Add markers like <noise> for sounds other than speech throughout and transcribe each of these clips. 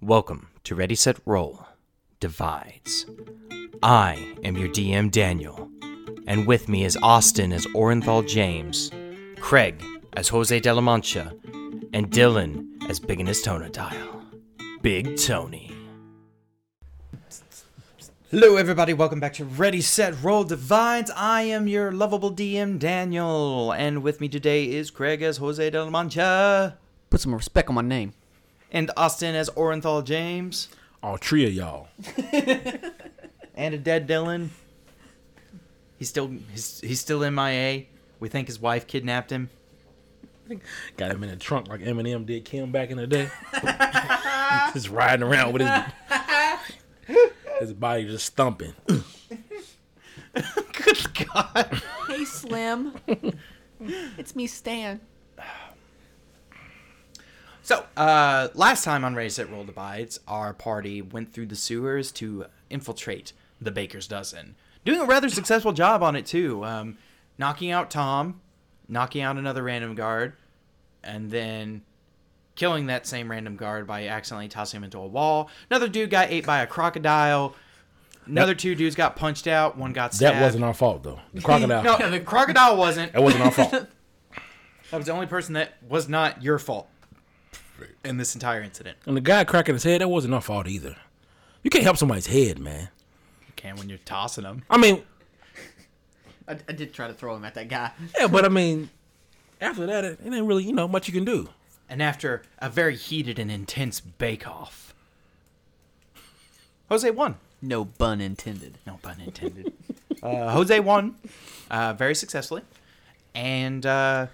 Welcome to Ready Set Roll Divides. I am your DM Daniel, and with me is Austin as Orenthal James, Craig as Jose de la Mancha, and Dylan as Big in his Tonadile. Big Tony. Hello, everybody. Welcome back to Ready, Set, Roll Divides. I am your lovable DM, Daniel, and with me today is Craig as Jose de la Mancha Put some respect on my name. and Austin as Orenthal James. All three of y'all. and a dead Dylan. He's still he's, he's still MIA. We think his wife kidnapped him. Got him in a trunk like Eminem did Kim back in the day. <laughs> just riding around with his his body just thumping. Good God! Hey, Slim. it's me, Stan. So, uh, last time on Race at Roll Divides, our party went through the sewers to infiltrate the Baker's Dozen, doing a rather successful job on it too, um, knocking out Tom, knocking out another random guard, and then killing that same random guard by accidentally tossing him into a wall. Another dude got ate by a crocodile. Another two dudes got punched out. One got stabbed. That wasn't our fault though. The crocodile. No, the crocodile wasn't. That wasn't our fault. That was the only person that was not your fault in this entire incident. And the guy cracking his head, that wasn't our fault either. You can't help somebody's head, man. You can when you're tossing them. I mean, I, I did try to throw him at that guy. yeah, but I mean, after that, it, it ain't really you know much you can do. and after a very heated and intense bake-off, Jose won. No bun intended. No pun intended. uh, Jose won uh, very successfully, and uh,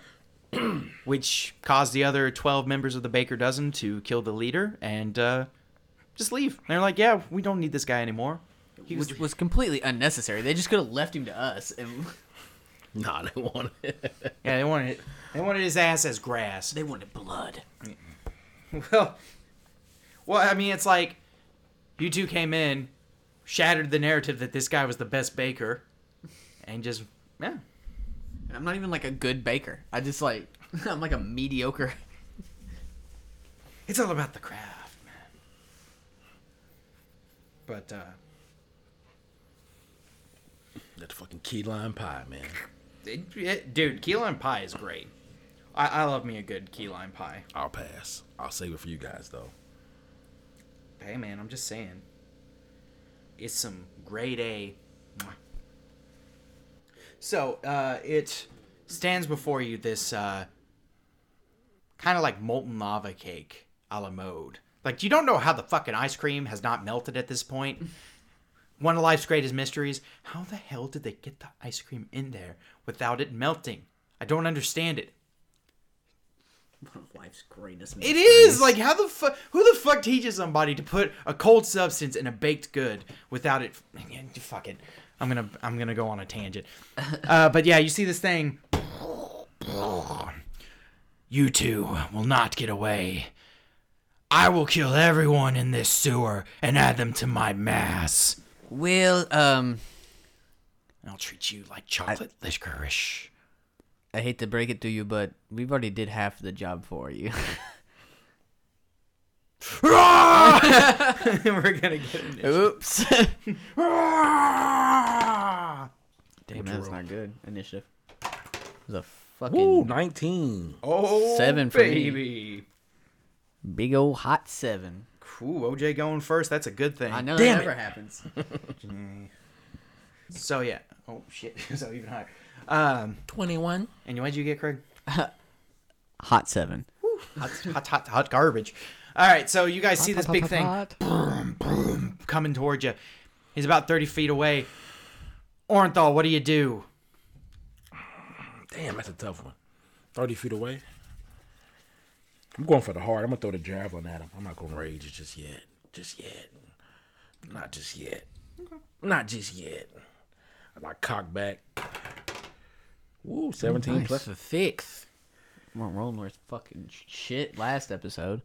<clears throat> which caused the other 12 members of the Baker Dozen to kill the leader and uh, just leave. And they're like, yeah, we don't need this guy anymore. He was, Which was completely unnecessary. They just could have left him to us. <laughs> And Nah, they want it. yeah, they wanted they wanted his ass as grass. they wanted blood. Well, well, I mean, it's like you two came in, shattered the narrative that this guy was the best baker, and just yeah, And I'm not even like a good baker. I just like, <laughs> I'm like a mediocre. <laughs> it's all about the craft, man. But uh, That fucking key lime pie, man. it, it- dude, key lime pie is great. I, I love me a good key lime pie. I'll pass. I'll save it for you guys though. Hey, man, I'm just saying, it's some grade A. Mwah. So uh, it stands before you this uh, kind of like molten lava cake a la mode. Like you don't know how the fucking ice cream has not melted at this point. One of life's greatest mysteries: how the hell did they get the ice cream in there without it melting? I don't understand it. One of life's greatest. It is like how the fuck? Who the fuck teaches somebody to put a cold substance in a baked good without it? <laughs> Man, Fuck it. I'm gonna I'm gonna go on a tangent. Uh, but yeah, you see this thing. You two will not get away. I will kill everyone in this sewer and add them to my mass. Well, um, And I'll treat you like chocolate licorice. I hate to break it to you, but we've already did half the job for <laughs> you. We're gonna get <laughs> an Oops. Ah! <laughs> Damn, that's not good. Initiative. It was a fucking Ooh, nineteen. Oh, Seven for me. baby. big old hot seven. Ooh, OJ going first. That's a good thing. I know Damn that it. never happens. So yeah. Oh shit. <laughs> so even higher. Um, Twenty-one. and what'd you get, Craig? Hot seven. Hot, hot, hot, hot garbage. All right. So you guys see this big thing coming towards you. He's about thirty feet away. Orenthal, what do you do? Damn, that's a tough one. 30 feet away. I'm going for the hard. I'm going to throw the javelin at him. I'm not going to rage it just yet. Just yet. Not just yet. Not just yet. I like cock back. Ooh, 17 Nice. plus. The sixth. We're rolling with fucking shit last <laughs> episode.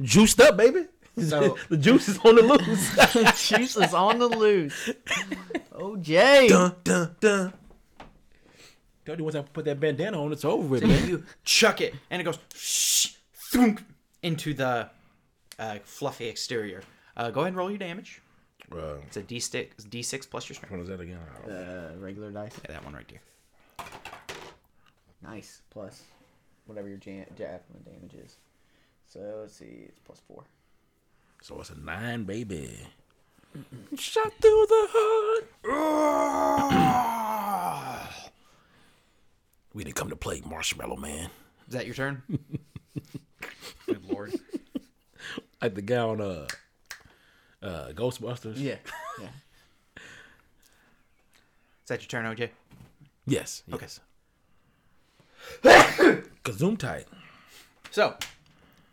Juiced up, baby. So- <laughs> the juice is on the loose. Juice is on the loose. Oh, Jay. dun, dun, dun. Told you once I put that bandana on, it's over with, man. You chuck it, and it goes shh, thunk, into the uh, fluffy exterior. Uh, go ahead and roll your damage. Uh, It's a d6, d6 plus your strength. what was that again? I don't know. Uh, regular dice. Yeah, that one right there. Nice. Plus whatever your jam- javelin damage is. So let's see. It's plus four. So it's a nine, baby. Shot through the hood. we didn't come to play marshmallow man. Is that your <laughs> turn? Good lord. Like the guy on uh, uh, Ghostbusters. Yeah. Yeah. Is that your turn, OJ? Yes. Yes. <coughs> Kazoom tight. So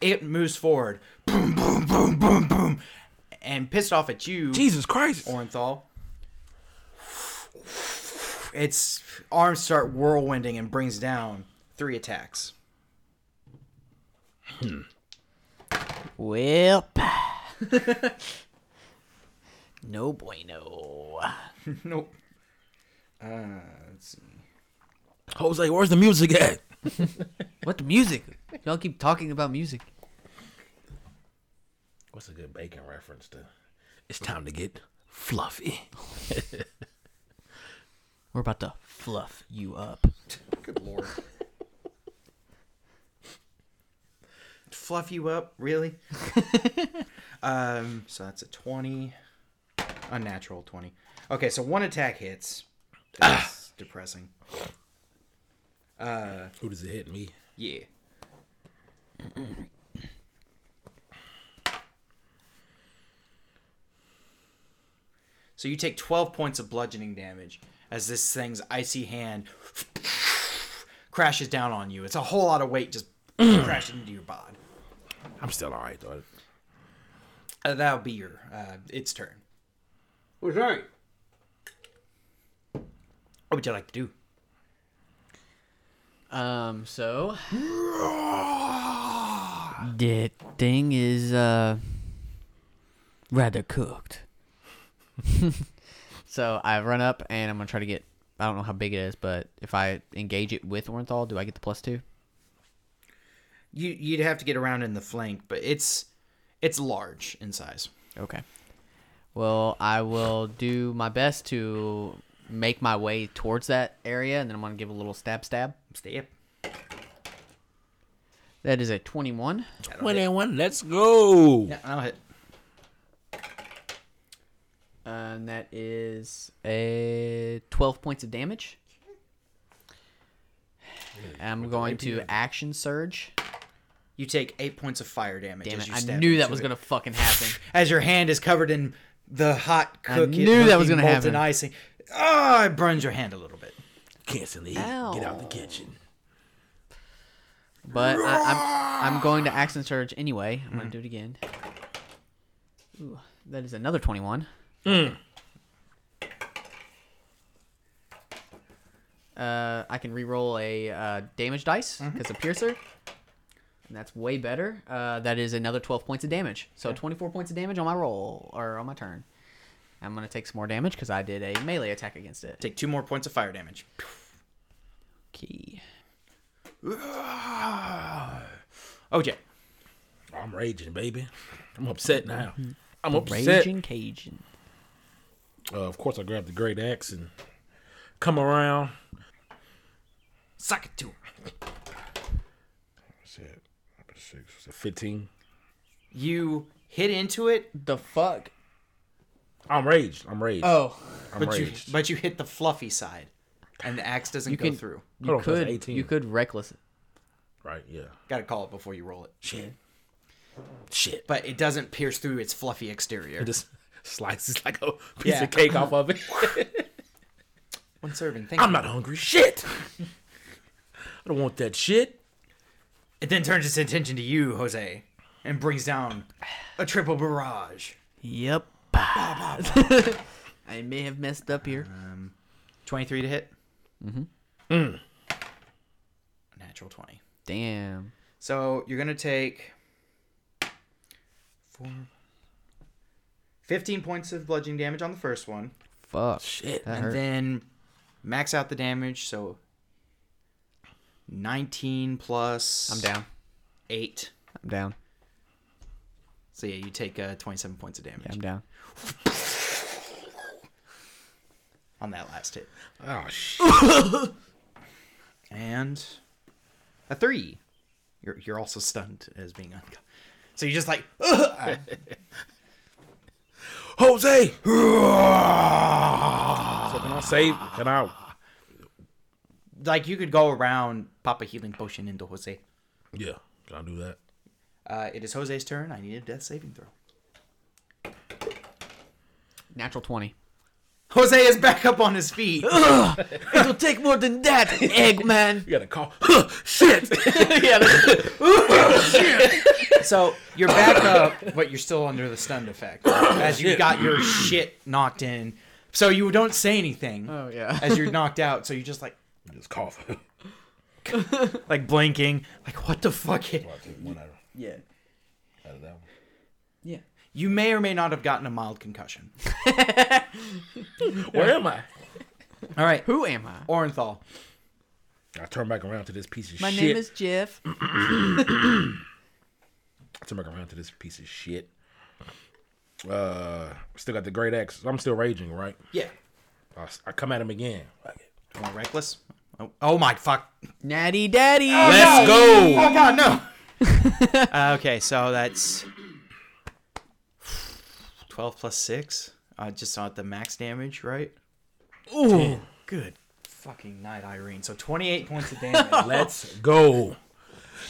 it moves forward. Boom, boom, boom, boom, boom. And pissed off at you, Jesus Christ. Orenthal. Its arms start whirlwinding and brings down three attacks. <laughs> Welp. no bueno. Nope. Uh, let's see. Jose, where's the music at? What the music? Y'all keep talking about music. What's a good bacon reference to? It's time to get fluffy. We're about to fluff you up. Good lord. <laughs> Fluff you up, really? um, so that's a 20. Unnatural 20. Okay, so one attack hits. That's depressing. Who does it hit? Me. Yeah. so you take 12 points of bludgeoning damage as this thing's icy hand crashes down on you. It's a whole lot of weight just <clears throat> crashing into your bod. I'm still all right though. Uh, that'll be your uh, its turn. What's right? What would you like to do? Um, so the thing is uh rather cooked. <laughs> so I run up and I'm gonna try to get I don't know how big it is, but if I engage it with Orenthal, do I get the plus two? You you'd have to get around in the flank, but it's it's large in size. Okay. Well, I will do my best to make my way towards that area and then I'm gonna give a little stab stab. Stay up. That is a twenty one. Twenty-one. Let's go. Yeah, I'll hit. And that is a 12 points of damage. I'm going to action surge. You take eight points of fire damage. Damn as it. you I stab knew that into was it. going to fucking happen. as your hand is covered in the hot I cookie. knew that was cookie gonna molten happen. icing. Ah, it burns your hand a little bit. Cancel the heat. Ow. Get out the kitchen. But I, I'm, I'm going to action surge anyway. I'm going to do it again. Ooh, that is another 21. Uh, I can reroll a uh, damage dice because a piercer. And that's way better. Uh, that is another 12 points of damage. So 24 points of damage on my roll or on my turn. I'm going to take some more damage because I did a melee attack against it. Take two more points of fire damage. Key. Ah. OJ, I'm raging, baby. I'm upset now. I'm upset. Raging Cajun. Uh, of course, I grab the great axe and come around. suck it to him. Shit. Six, Fifteen. You hit into it, The fuck? I'm raged. I'm raged. Oh. I'm but you raged. but you hit the fluffy side, and the axe doesn't You go can- through. You Hold on, so it's could 18. you could reckless. Right. Yeah. Got to call it before you roll it. Shit. Shit. <laughs> But it doesn't pierce through its fluffy exterior. It just slices like a piece Yeah. of cake off of it. One serving. Thank I'm you. not hungry. Shit. I don't want that shit. It then turns its attention to you, Jose, and brings down a triple barrage. Yep. I may have messed up here. Twenty-three to hit. Mm-hmm. Mm. Natural twenty. Damn. So you're gonna take four, 15 points of bludgeoning damage on the first one, Fuck. Shit. That and hurt. then max out the damage. So 19 plus I'm down. eight, I'm down. So yeah, you take uh, 27 points of damage I'm down. on that last hit. Oh shit! and a three. You're you're also stunned as being unconscious. So you're just like, Jose. <sighs> so can I save? Can I? like you could go around, pop a healing potion into Jose. Yeah. Can I do that? Uh, it is Jose's turn. I need a death saving throw. Natural 20. Jose is back up on his <laughs> feet. It'll take more than that, <laughs> Eggman. You gotta call. <laughs> shit. <laughs> so you're back up, but you're still under the stunned <coughs> effect as you got your Oh, shit knocked in. So you don't say anything Oh, yeah. as <laughs> you're knocked out. So you're just like Just cough. like blinking, like what the fuck? Whatever. Yeah. Out of that one. Yeah. You may or may not have gotten a mild concussion. Where am I? All right, Who am I? Orenthal. I turn back around to this piece of My shit. name is Jeff. I turn back around to this piece of shit. Uh, still got the great axe. I'm still raging, right? Yeah. I, I come at him again. Come on, reckless. Oh, oh my fuck. Natty Daddy. Let's go. Oh god, no. <laughs> uh, okay, so that's twelve plus six. I just saw it the max damage, right? Ooh, good fucking night, Irene. So twenty-eight points of damage. Let's go.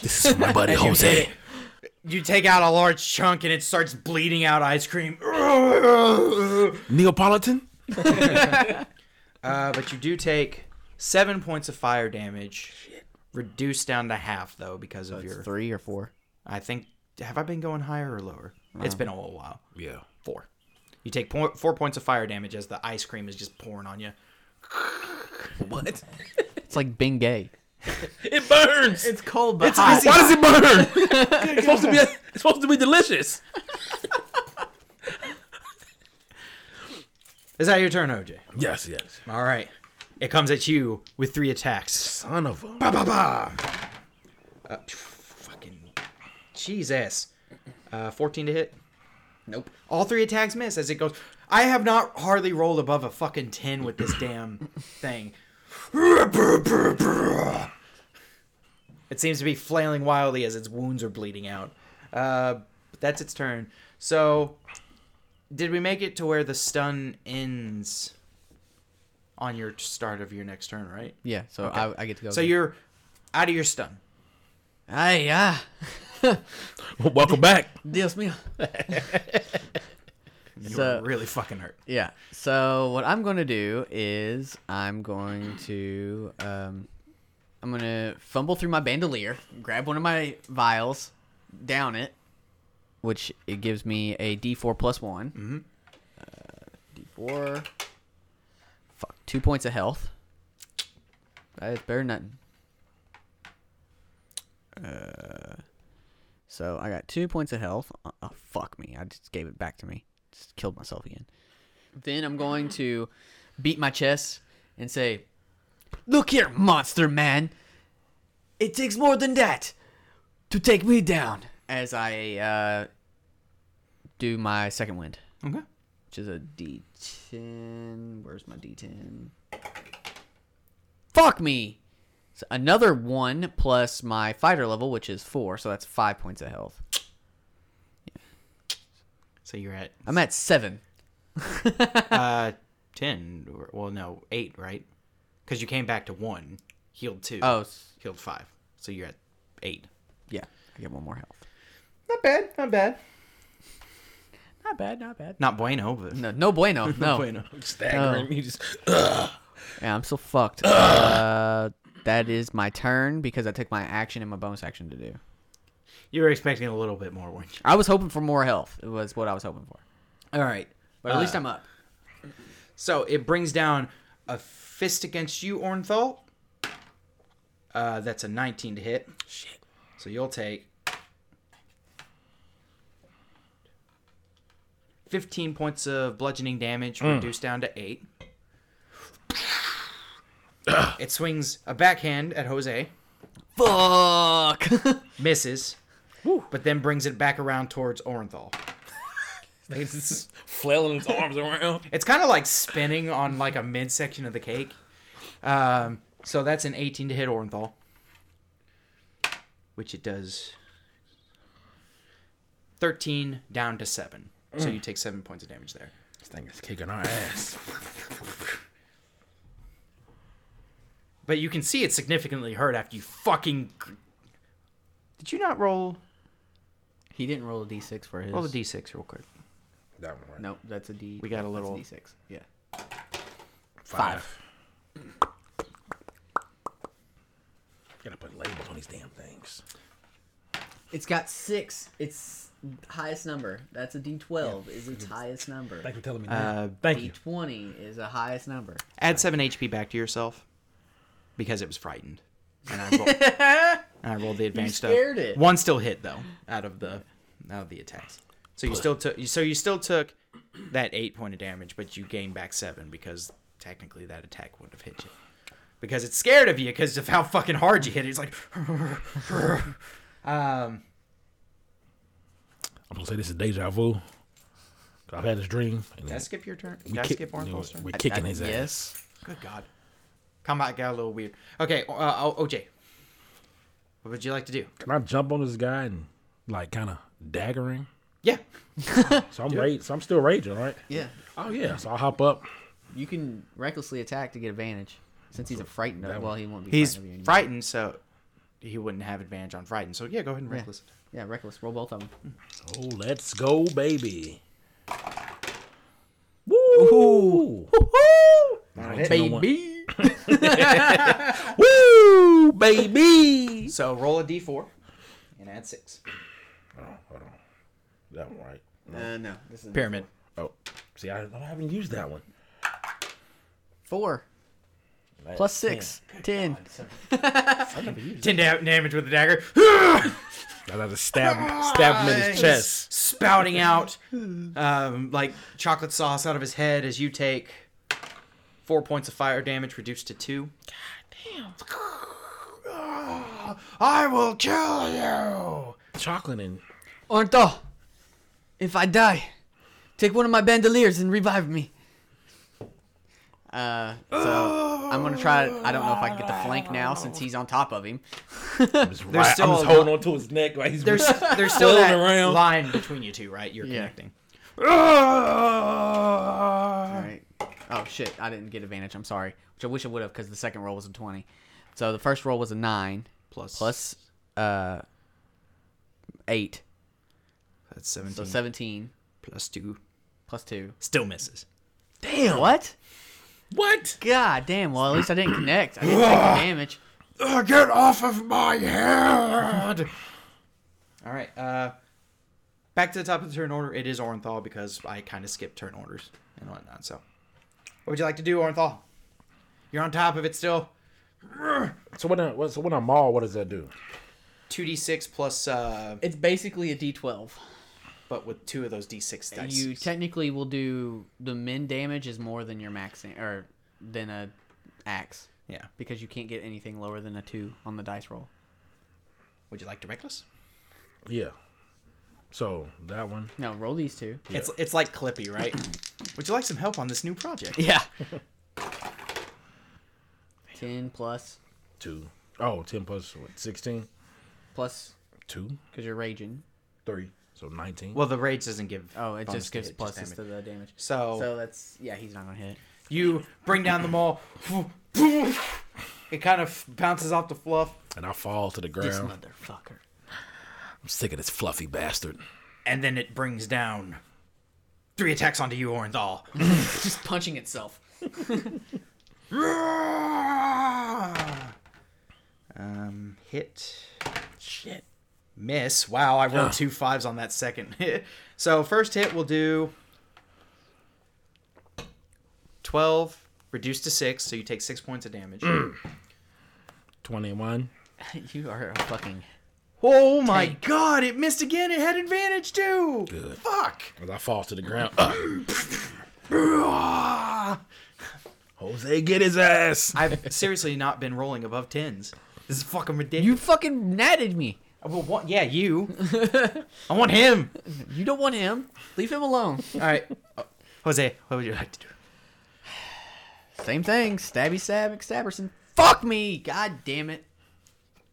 This is my <laughs> buddy Jose. <laughs> you take out a large chunk, and it starts bleeding out ice cream. <laughs> uh, Neapolitan. but you do take seven points of fire damage. Reduced down to half though because of your. Three or four. I think have I been going higher or lower? It's been a little while. Yeah. Four. You take po- four points of fire damage as the ice cream is just pouring on you. What? It's like Bengay. It burns. It's cold, but Why does it <laughs> burn? it's supposed to be. It's supposed to be delicious. Is that your turn, OJ? Yes. Yes. All right. It comes at you with three attacks. Uh, Son of a. Ba ba ba. Fucking Jesus. Uh, 14 to hit. Nope. All three attacks miss as it goes. I have not hardly rolled above a fucking 10 with this damn thing. It seems to be flailing wildly as its wounds are bleeding out. Uh, but that's its turn. So, did we make it to where the stun ends on your start of your next turn, right? Yeah, so I, I get to go. So you're out of your stun. Hey, yeah. Welcome back. ah. Dios <laughs> mío. You're So- really fucking hurt. Yeah. So what I'm going to do is I'm going to um, I'm going to fumble through my bandolier, grab one of my vials, down it, which it gives me a D4 plus one. Mm-hmm. Uh, D4. Fuck. Two points of health. That's better than nothing. Uh, So I got two points of health. Oh, oh, fuck me. I just gave it back to me. Just killed myself again. Then I'm going to beat my chest and say, Look here, monster man. It takes more than that to take me down. As I uh, do my second wind, Okay. which is a D10. Where's my D10? Fuck me! So another one plus my fighter level, which is four, so that's five points of health. So you're at I'm at seven. uh, 10 or, well no 8 right because you came back to 1 healed 2 Oh, s- healed 5 so you're at 8 yeah. I get one more health. not bad not bad Not bad, not bad. not bueno but No, Oh. no bueno. <laughs> No. bueno Staggering. You just. Yeah, I'm so <sighs> fucked. uh, that is my turn because I took my action and my bonus action to do. you were expecting a little bit more weren't you I was hoping for more health. It was what I was hoping for. Uh, all right But at least I'm up. so it brings down a fist against you Ornthal uh, that's a 19 to hit Shit. so you'll take 15 points of bludgeoning damage reduced down to 8 It swings a backhand at Jose, Fuck. <laughs> misses. but then brings it back around towards Orenthal. It's flailing its arms around. It's kind of like spinning on like a midsection of the cake. Um, so that's an 18 to hit Orenthal, which it does. 13 down to 7. So you take 7 points of damage there. This thing is kicking our ass. But you can see it's significantly hurt after you fucking. Did you not roll? He didn't roll a d6 for his. Roll the d6 real quick. That one, right? Nope, that's a d. We got a that's little- d6. Yeah. Five. Gotta put labels on these damn things. It's got six. It's highest number. That's a d12. Is its highest number. Thank you for telling me Uh, that. Thank you. D20 is a highest number. Add 7 HP back to yourself because it was frightened. And I <laughs> rolled, and I rolled the advanced stuff. scared it. One still hit though out of the out of the attacks. So you still took so you still took that 8 point of damage but you gained back 7 because technically that attack would have hit you. Because it's scared of you because of how fucking hard you hit it. It's like um I'm gonna say this is deja vu. 'Cause I've had this dream. Did And I then skip your turn? Did we I kick- skip you know, Orenthal? We're kicking his ass. Yes. Good God. Combat got a little weird. Okay, uh, O- OJ. What would you like to do? Can I jump on this guy and like kind of daggering? Yeah. So I'm rage. So I'm still raging, right? Yeah. Oh yeah. So I'll hop up. You can recklessly attack to get advantage. Since he's a frightened of, well, he won't be He's frightened of you anymore. frightened, so he wouldn't have advantage on frightened. So yeah, go ahead and Yeah. reckless. Yeah, reckless. Hmm. Roll both of them. Oh, let's go, baby. Woo! <laughs> Baby. Woo, baby. So roll a d4 and add six. Hold on. That one, right? Uh, no. This is Pyramid. Oh, see, I, I haven't used that one. four plus six. Ten. Ten da- damage with the dagger, I got to stab him, stab him in his chest. spouting out um, like chocolate sauce out of his head as you take four points of fire damage, reduced to two. I will kill you. Chocolate and Ornthal, if I die, take one of my bandoliers and revive me. Uh, so I'm gonna try. I don't know if I can get the flank now since he's on top of him. I'm just, right, still I'm just a holding on to his neck like he's There's there's still that Flailing around. line between you two, right? You're Yeah. connecting. All right. Oh shit! I didn't get advantage. I'm sorry. Which I wish I would have because the second roll was a twenty. So the first roll was a nine Plus plus uh eight, that's seventeen. so seventeen plus two plus two. still misses. Damn. What? what? God damn. Well, at least I didn't connect. I didn't take the <coughs> damage. Uh, get off of my head! All right. Uh, back to the top of the turn order. It is Orenthal because I kind of skipped turn orders and whatnot. So, what would you like to do, Orenthal? You're on top of it still. So when I what- so when I maul, what does that do? Two d six plus, uh, It's basically a D12. but with two of those d six dice. You technically will do the min damage is more than your max dam- or than a axe yeah. because you can't get anything lower than a two on the dice roll. Would you like to reckless? Yeah. So that one. No, roll these two. It's it's like Clippy, <coughs> right? would you like some help on this new project? <laughs> Yeah. <laughs> Ten plus Two. Oh, 10 plus what? 16? plus Two. because you're raging. Three. So 19. Well, the rage doesn't give. Oh, it bonus just to gives hit, pluses damage. to the damage. So- so that's yeah, he's not gonna hit. You bring down the maul. <laughs> It kind of bounces off the fluff, and I fall to the ground. motherfucker. I'm sick of this fluffy bastard. and then it brings down three attacks onto you, <laughs> Orenthal. <laughs> Just punching itself. um, hit. Shit. Miss. Wow, I rolled two fives on that second <laughs> hit. So first hit will do twelve, reduced to six, so you take six points of damage. 21. <laughs> you are a fucking <gasps> oh my god, it missed again. It had advantage too. Good. Fuck. As I fall to the ground. <coughs> Ah. Jose, get his ass! <laughs> I've seriously not been rolling above tens. This is fucking ridiculous. You fucking natted me. I will want, Oh, yeah, <laughs> you. I want him. You don't want him. Leave him alone. All right, Uh, Jose, what would you like to do? Same thing. Stabby Stab McStabberson. Fuck me. God damn it.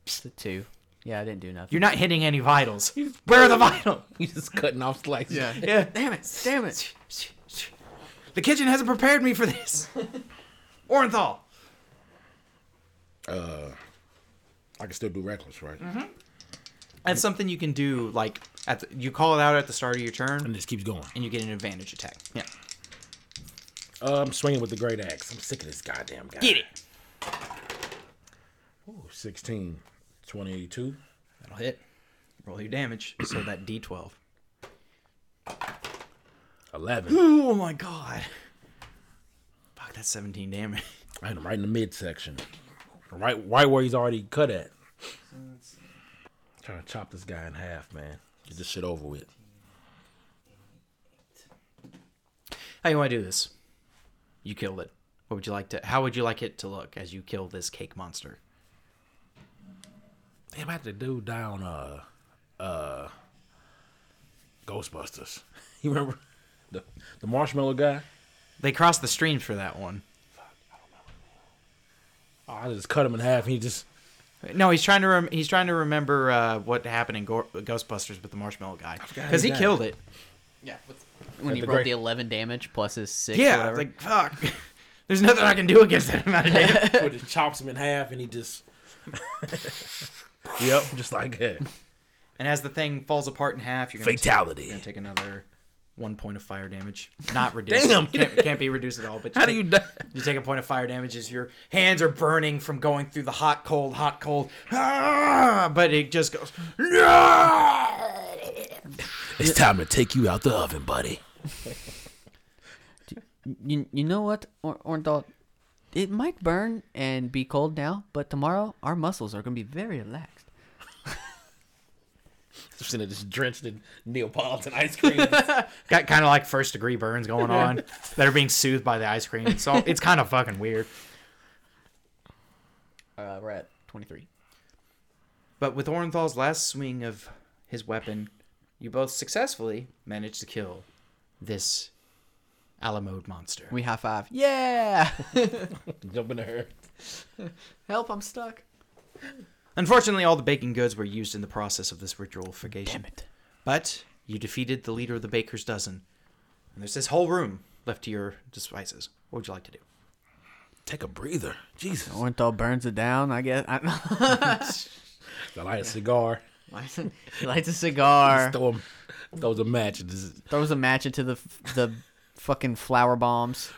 It's the two. Yeah, I didn't do nothing. You're not hitting any vitals. Where are the vitals? He's just cutting off slices. Yeah. Damn it. Damn it. The kitchen hasn't prepared me for this. <laughs> Orenthal. Uh, I can still do reckless, right? That's something you can do. Like at the, you call it out at the start of your And turn, this keeps going. and you get an advantage attack. Yeah. Uh, I'm swinging with the great axe. I'm sick of this goddamn guy. Get it. Ooh, 16, 22. That'll hit. Roll your damage. So that D12. 11. Oh my god. Fuck, that's 17 damage. I hit him right in the midsection. Right right where he's already cut at. Trying to chop this guy in half, man. Get this shit over with. How you want to do this? You killed it. What would you like to? How would you like it to look as you kill this cake monster? They about to do down uh uh Ghostbusters. <laughs> You remember the the marshmallow guy? They crossed the streams for that one. Oh, I just cut him in half and he just No, he's trying to rem- he's trying to remember uh, what happened in Go- Ghostbusters with the marshmallow guy forgot because he his name. killed it. When he the rolled great- the 11 damage plus his 6. Yeah, whatever. like fuck. <laughs> There's nothing I can do against that amount of <laughs> damage. put his chops him in half and he just <laughs> Yep, just like that. and as the thing falls apart in half, you're gonna, take, Fatality. you're gonna take another one point of fire damage. Not reduced. Damn. Can't, can't be reduced at all. But <laughs> How do take- you die? You take a point of fire damage as your hands are burning from going through the hot, cold, hot, cold. Ah, but it just goes. It's time to take you out the oven, buddy. You, you know what, or- Ornthal? It might burn and be cold now, but tomorrow our muscles are going to be very relaxed. Just in it, just drenched in Neapolitan ice cream. Got kind of like first degree burns going on that are being soothed by the ice cream. So it's kind of fucking weird. Uh, we're at 23. But with Orenthal's last swing of his weapon, you both successfully manage to kill this Alamode monster. We high five. Yeah! <laughs> <laughs> Jump in the air. Help, I'm stuck. Unfortunately, all the baking goods were used in the process of this ritualification. Damn it. But you defeated the leader of the Baker's Dozen. And there's this whole room left to your devices. What would you like to do? Take a breather. Jesus. Ornthal burns it down, I guess. <laughs> I, I light a cigar. he lights a cigar, Throw him. Throws a match. and Just, throws a match into the f- the fucking flower bombs.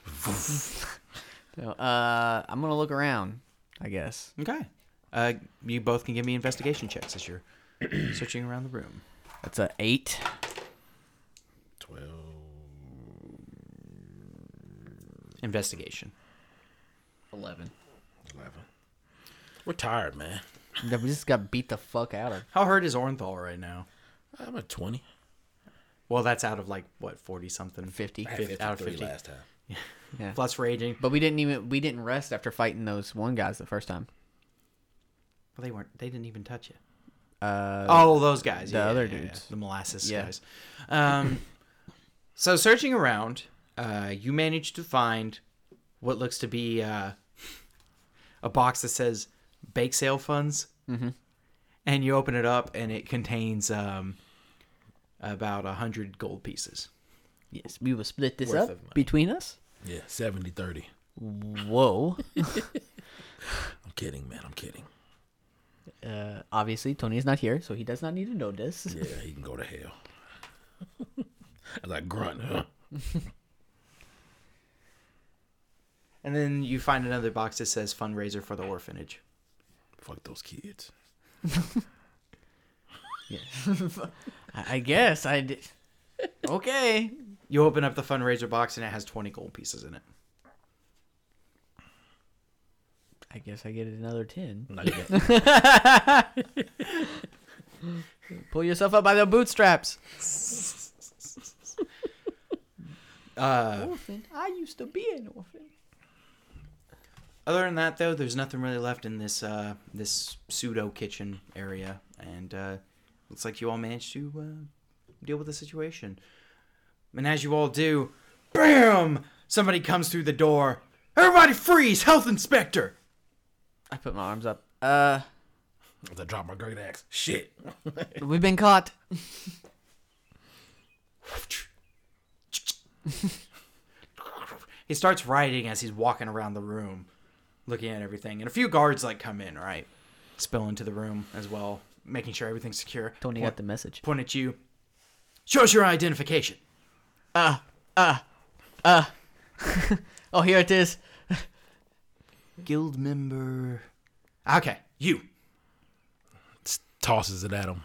No, uh, I'm going to look around, I guess. Okay. Uh, you both can give me investigation checks as you're <clears throat> searching around the room. That's a 8. 12. Investigation. 11. 11. We're tired, man. Yeah, we just got beat the fuck out of. How hurt is Ornthal right now? I'm at 20. Well, that's out of like, what, 40 something? 50. I had Fifty- out of 53 50. last time. Plus raging. But we didn't even we didn't rest after fighting those one guys the first time. Well, they weren't, they didn't even touch you. Uh, Oh, those guys. the Yeah, other yeah, yeah, yeah. dudes. The molasses Yeah. guys. <laughs> Um, so searching around, uh, you manage to find what looks to be uh, a box that says bake sale funds. Mm-hmm. And you open it up, and it contains um, about a hundred gold pieces. yes, we will split this Worth up of money. between us. Yeah, 70 30. Whoa. I'm kidding, man. I'm kidding. uh, obviously, Tony is not here, so he does not need to know this. Yeah, <laughs> he can go to hell. As I grunt, huh? And then you find another box that says fundraiser for the orphanage. Fuck those kids. I I guess I did. Okay. You open up the fundraiser box, and it has twenty gold pieces in it. I guess I get another ten. No, you <laughs> don't. Pull yourself up by the bootstraps. Uh, Orphan. I used to be an orphan. Other than that, though, there's nothing really left in this uh, this pseudo kitchen area, and uh, looks like you all managed to uh, deal with the situation. And as you all do, bam! Somebody comes through the door. Everybody freeze! Health inspector. I put my arms up. Uh, As I drop my great axe. Shit. we've been caught. He starts writing as he's walking around the room, looking at everything, and a few guards like come in, right, spill into the room as well, making sure everything's secure. Tony Point- got the message. point at you. Show us your identification. Oh, here it is. Guild member. Okay, you. Tosses it at him.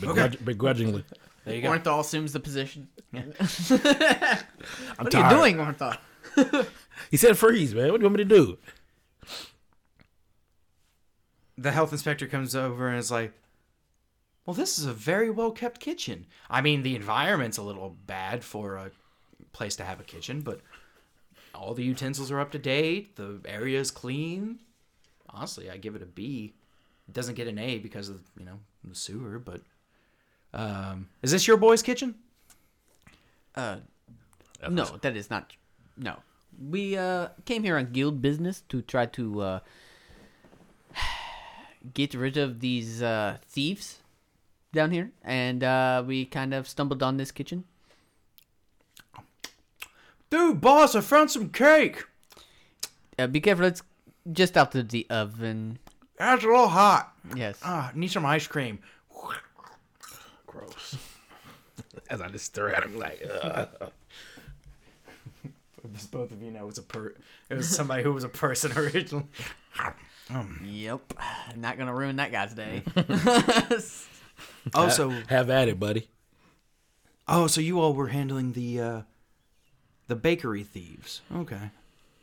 Begrudg- Begrudgingly. There you go. Ornthal assumes the position. I'm What tired. are you doing, Ornthal? He said freeze, man. What do you want me to do? The health inspector comes over and is like, "Well, this is a very well kept kitchen. I mean, the environment's a little bad for a place to have a kitchen, but all the utensils are up to date. The area is clean. Honestly, I give it a B. It doesn't get an A because of you know the sewer, but." Um, is this your boy's kitchen? No, that is not. No, we uh, came here on guild business to try to uh, <sighs> get rid of these uh, thieves down here, and uh, we kind of stumbled on this kitchen. Dude, boss, I found some cake. Uh, be careful! It's just out of the oven. That's a little hot. Yes. Ah, need some ice cream. Gross. <laughs> As I just stare at him like, uh, Both of you know it was a per. It was somebody who was a person <laughs> originally. Yep. <sighs> Not gonna ruin that guy's <laughs> day. Also, have at it, buddy. oh, so you all were handling the uh the bakery thieves. Okay,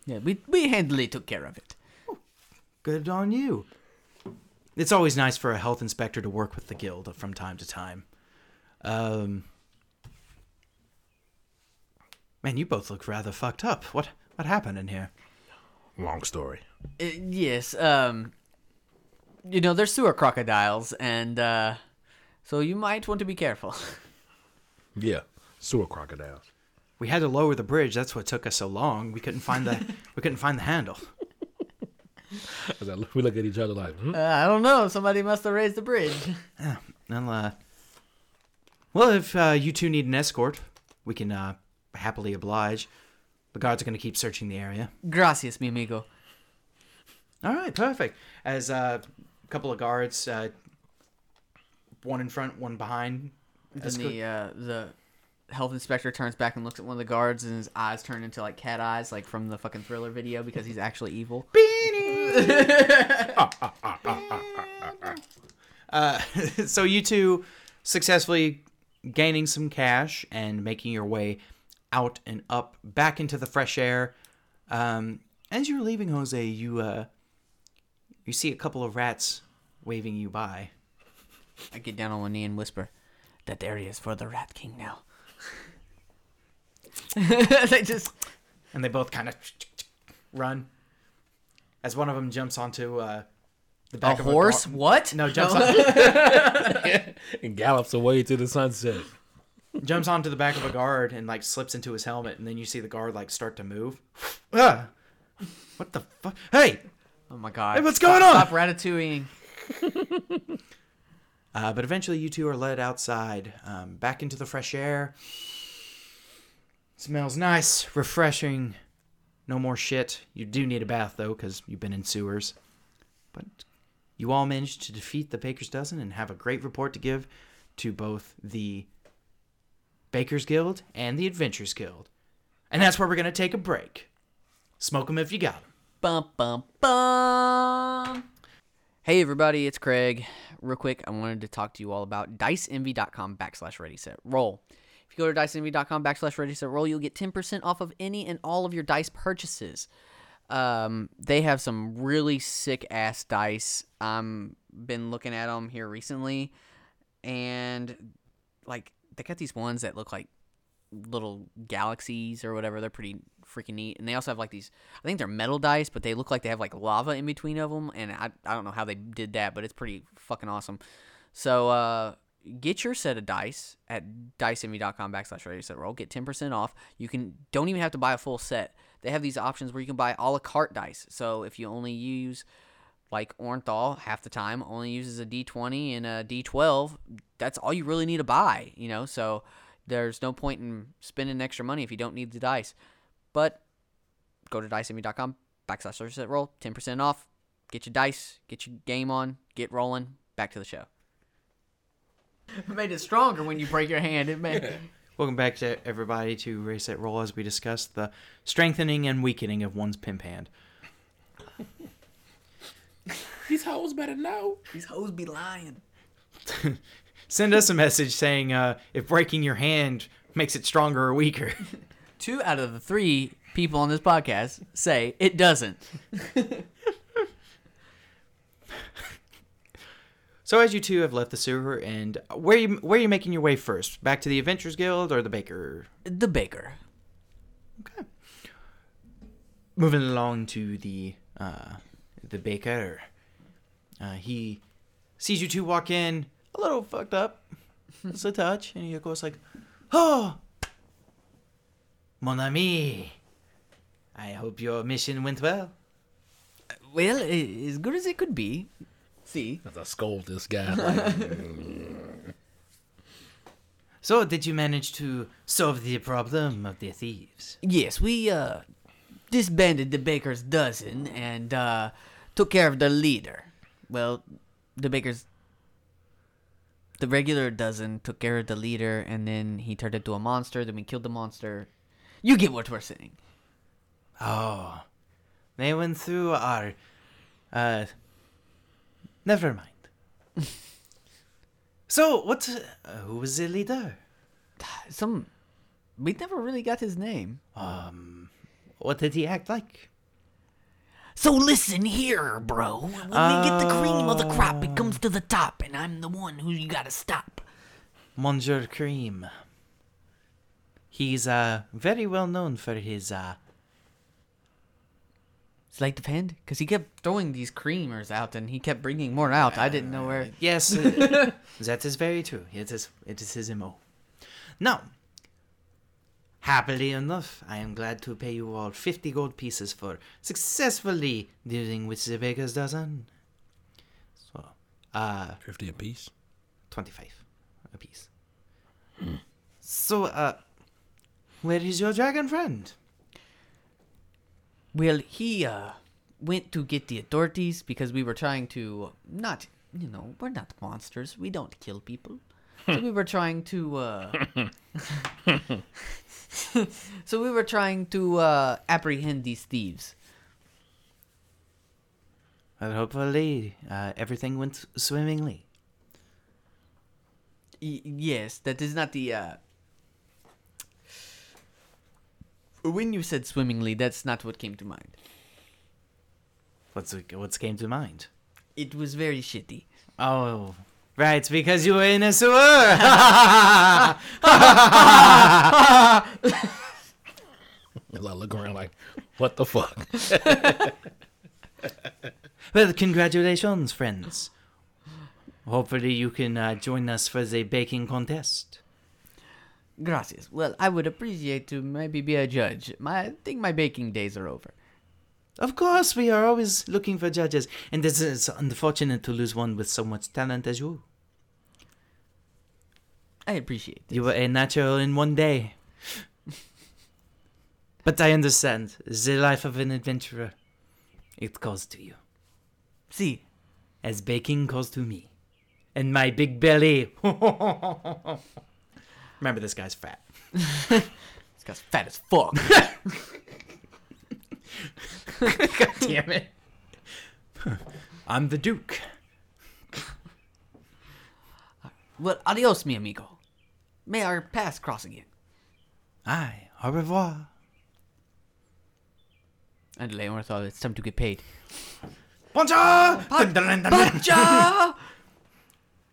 yeah, we we handily took care of it. good on you. It's always nice for a health inspector to work with the guild from time to time. Um, man, you both look rather fucked up. What what happened in here? Long story. Uh, yes. Um, you know, they're sewer crocodiles, and uh, so you might want to be careful. <laughs> Yeah. Sewer crocodiles. We had to lower the bridge. That's what took us so long. We couldn't find the we couldn't find the handle. As I look, we look at each other like, hmm? Uh, I don't know. Somebody must have raised the bridge. Well, uh, well, if uh, you two need an escort, we can uh, happily oblige. The guards are going to keep searching the area. <laughs> Gracias, mi amigo. All right, perfect. As uh, a couple of guards, uh, one in front, one behind. <laughs> Then the uh, the health inspector turns back and looks at one of the guards, and his eyes turn into like cat eyes, like from the fucking thriller video, because he's actually evil. so you two successfully gaining some cash and making your way out and up back into the fresh air. Um, as you're leaving, Jose, you uh, you see a couple of rats waving you by. I get down on one knee and whisper, "That area is for the Rat King now." <laughs> they just and they both kind of run as one of them jumps onto uh, the a back of horse. a gar- what? no, jumps <laughs> on, and gallops away to the sunset. jumps onto the back of a guard and like slips into his helmet, and then you see the guard like start to move. Ah, what the fuck? Hey, Oh my god! Hey, what's going Stop- on? Stop ratatouilleing. Uh, but eventually, you two are led outside, um, back into the fresh air. Smells nice, refreshing. No more shit. You do need a bath, though, because you've been in sewers. But you all managed to defeat the Baker's Dozen and have a great report to give to both the Baker's Guild and the Adventurers Guild. And that's where we're going to take a break. Smoke 'em if you got 'em. Bum bum bum. Hey everybody, it's Craig. Real quick, I wanted to talk to you all about diceenvy.com backslash ready set roll. If you go to diceenvy.com backslash ready set roll, you'll get 10% off of any and all of your dice purchases. Um, they have some really sick ass dice. I'm been looking at them here recently, and like they got these ones that look like little galaxies or whatever. They're pretty freaking neat. And they also have like these. I think they're metal dice, but they look like they have like lava in between of them. And I I don't know how they did that, but it's pretty fucking awesome. So uh, get your set of dice at diceenvy.com backslash ready set roll. Get ten percent off. You can don't even have to buy a full set. They have these options where you can buy a la carte dice. So if you only use like Ornthal half the time only uses a D20 and a D12. That's all you really need to buy, you know. So there's no point in spending extra money if you don't need the dice. But go to diceamy.com backslash service set roll, 10% off. Get your dice, get your game on, get rolling. Back to the show. made it stronger when you break your hand. It made Welcome back to everybody to Race Set Roll as we discussed the strengthening and weakening of one's pimp hand. These hoes better know. these hoes be lying. Send us a message saying uh, if breaking your hand makes it stronger or weaker. <laughs> Two out of the three people on this podcast say it doesn't. So as you two have left the sewer and where you where are you making your way first? Back to the Adventurers Guild or the Baker? The baker. Moving along to the uh, the baker. Uh, he sees you two walk in, a little fucked up, <laughs> just a touch, and he goes like, "Oh, mon ami, I hope your mission went well." Well, i- as good as it could be. See, As I scold this guy, like, <laughs> So, did you manage to solve the problem of the thieves? yes, we uh disbanded the Baker's dozen and uh took care of the leader. Well, the Baker's the regular dozen took care of the leader, and then he turned into a monster. Then we killed the monster. You get what we're saying. Oh, they went through our. Uh, never mind. so, what? Uh, who was the leader? Some we never really got his name. What did he act like? So listen here, bro. When we get the cream of the crop, it comes to the top, and I'm the one who you gotta stop. Monsieur Cream. He's uh very well known for his uh Sleight of hand, because he kept throwing these creamers out, and he kept bringing more out. I didn't know where. yes uh, that is very true. It is it is his MO. Now happily enough, I am glad to pay you all fifty gold pieces for successfully dealing with the baker's dozen. So uh fifty apiece. 25 apiece. so uh where is your dragon friend? Well, he uh, went to get the authorities because we were trying to not, you know, we're not monsters. We don't kill people. so we were trying to. Uh, <laughs> so we were trying to uh, apprehend these thieves. Well, hopefully uh, everything went swimmingly. Y- yes, that is not the. Uh... When you said swimmingly, that's not what came to mind. What's what's came to mind? It was very shitty. Oh, right, because you were in a sewer. As I look around, like, what the fuck? well, congratulations, friends. Hopefully, you can uh, join us for the baking contest. Gracias. Well, I would appreciate to maybe be a judge. My, I think my baking days are over. Of course, we are always looking for judges, and this is unfortunate to lose one with so much talent as you. I appreciate it. You were a natural in one day. but I understand the life of an adventurer. It calls to you. See, as baking calls to me and my big belly. <laughs> Remember, this guy's fat. this guy's fat as fuck. God <laughs> damn it. <laughs> I'm the Duke. well, adios, mi amigo. May our paths cross again. Aye, au revoir. And Leonardo, it's time to get paid. Bonjour! Dun, <laughs> dun, dun, dun, dun. Ja!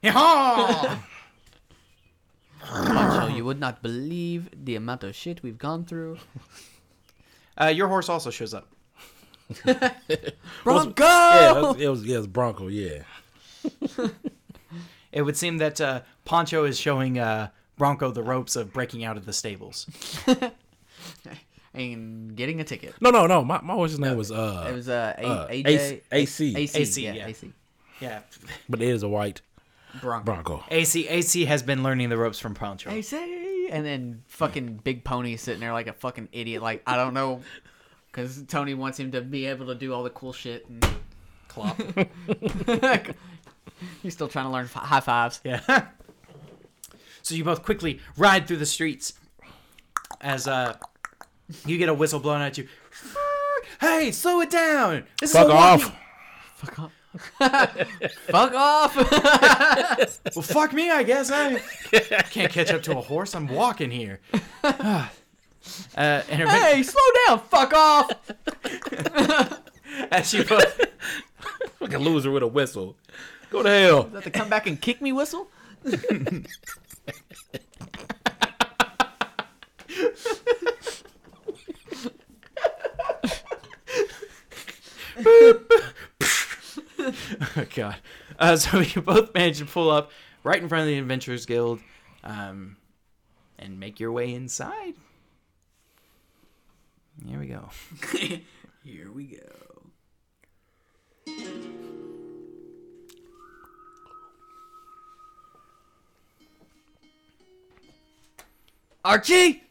Yeehaw! Pancho, you would not believe the amount of shit we've gone <laughs> through. <laughs> Uh, your horse also shows up. Bronco! Yeah, it was, it was, yeah, it was Bronco. Yeah, It would seem that uh, Poncho is showing uh, Bronco the ropes of breaking out of the stables. and getting a ticket. no, no, no. My, my horse's name was It uh, was uh, a- uh, AJ, AC, AC, AC, AC, yeah, yeah. AC. Yeah, but it is a white Bronco. Bronco. AC AC has been learning the ropes from Poncho. AC, and then fucking big pony sitting there like a fucking idiot. Like I don't know, because Tony wants him to be able to do all the cool shit and clop. He's still trying to learn fi- high fives. Yeah. <laughs> so you both quickly ride through the streets as uh, you get a whistle blown at you. Hey, slow it down! This is Fuck a off. walking- Fuck off. <laughs> Fuck off. Well, fuck me, I guess. <laughs> I <laughs> can't catch up to a horse. I'm walking here. <sighs> Uh, and it- hey, slow down. Fuck off. <laughs> as you both Like a loser with a whistle. Go to hell. Have to come back and kick me whistle. Oh, God. Uh, so you both manage to pull up right in front of the Adventurers Guild um, and make your way inside. Here we go. Here we go. Archie,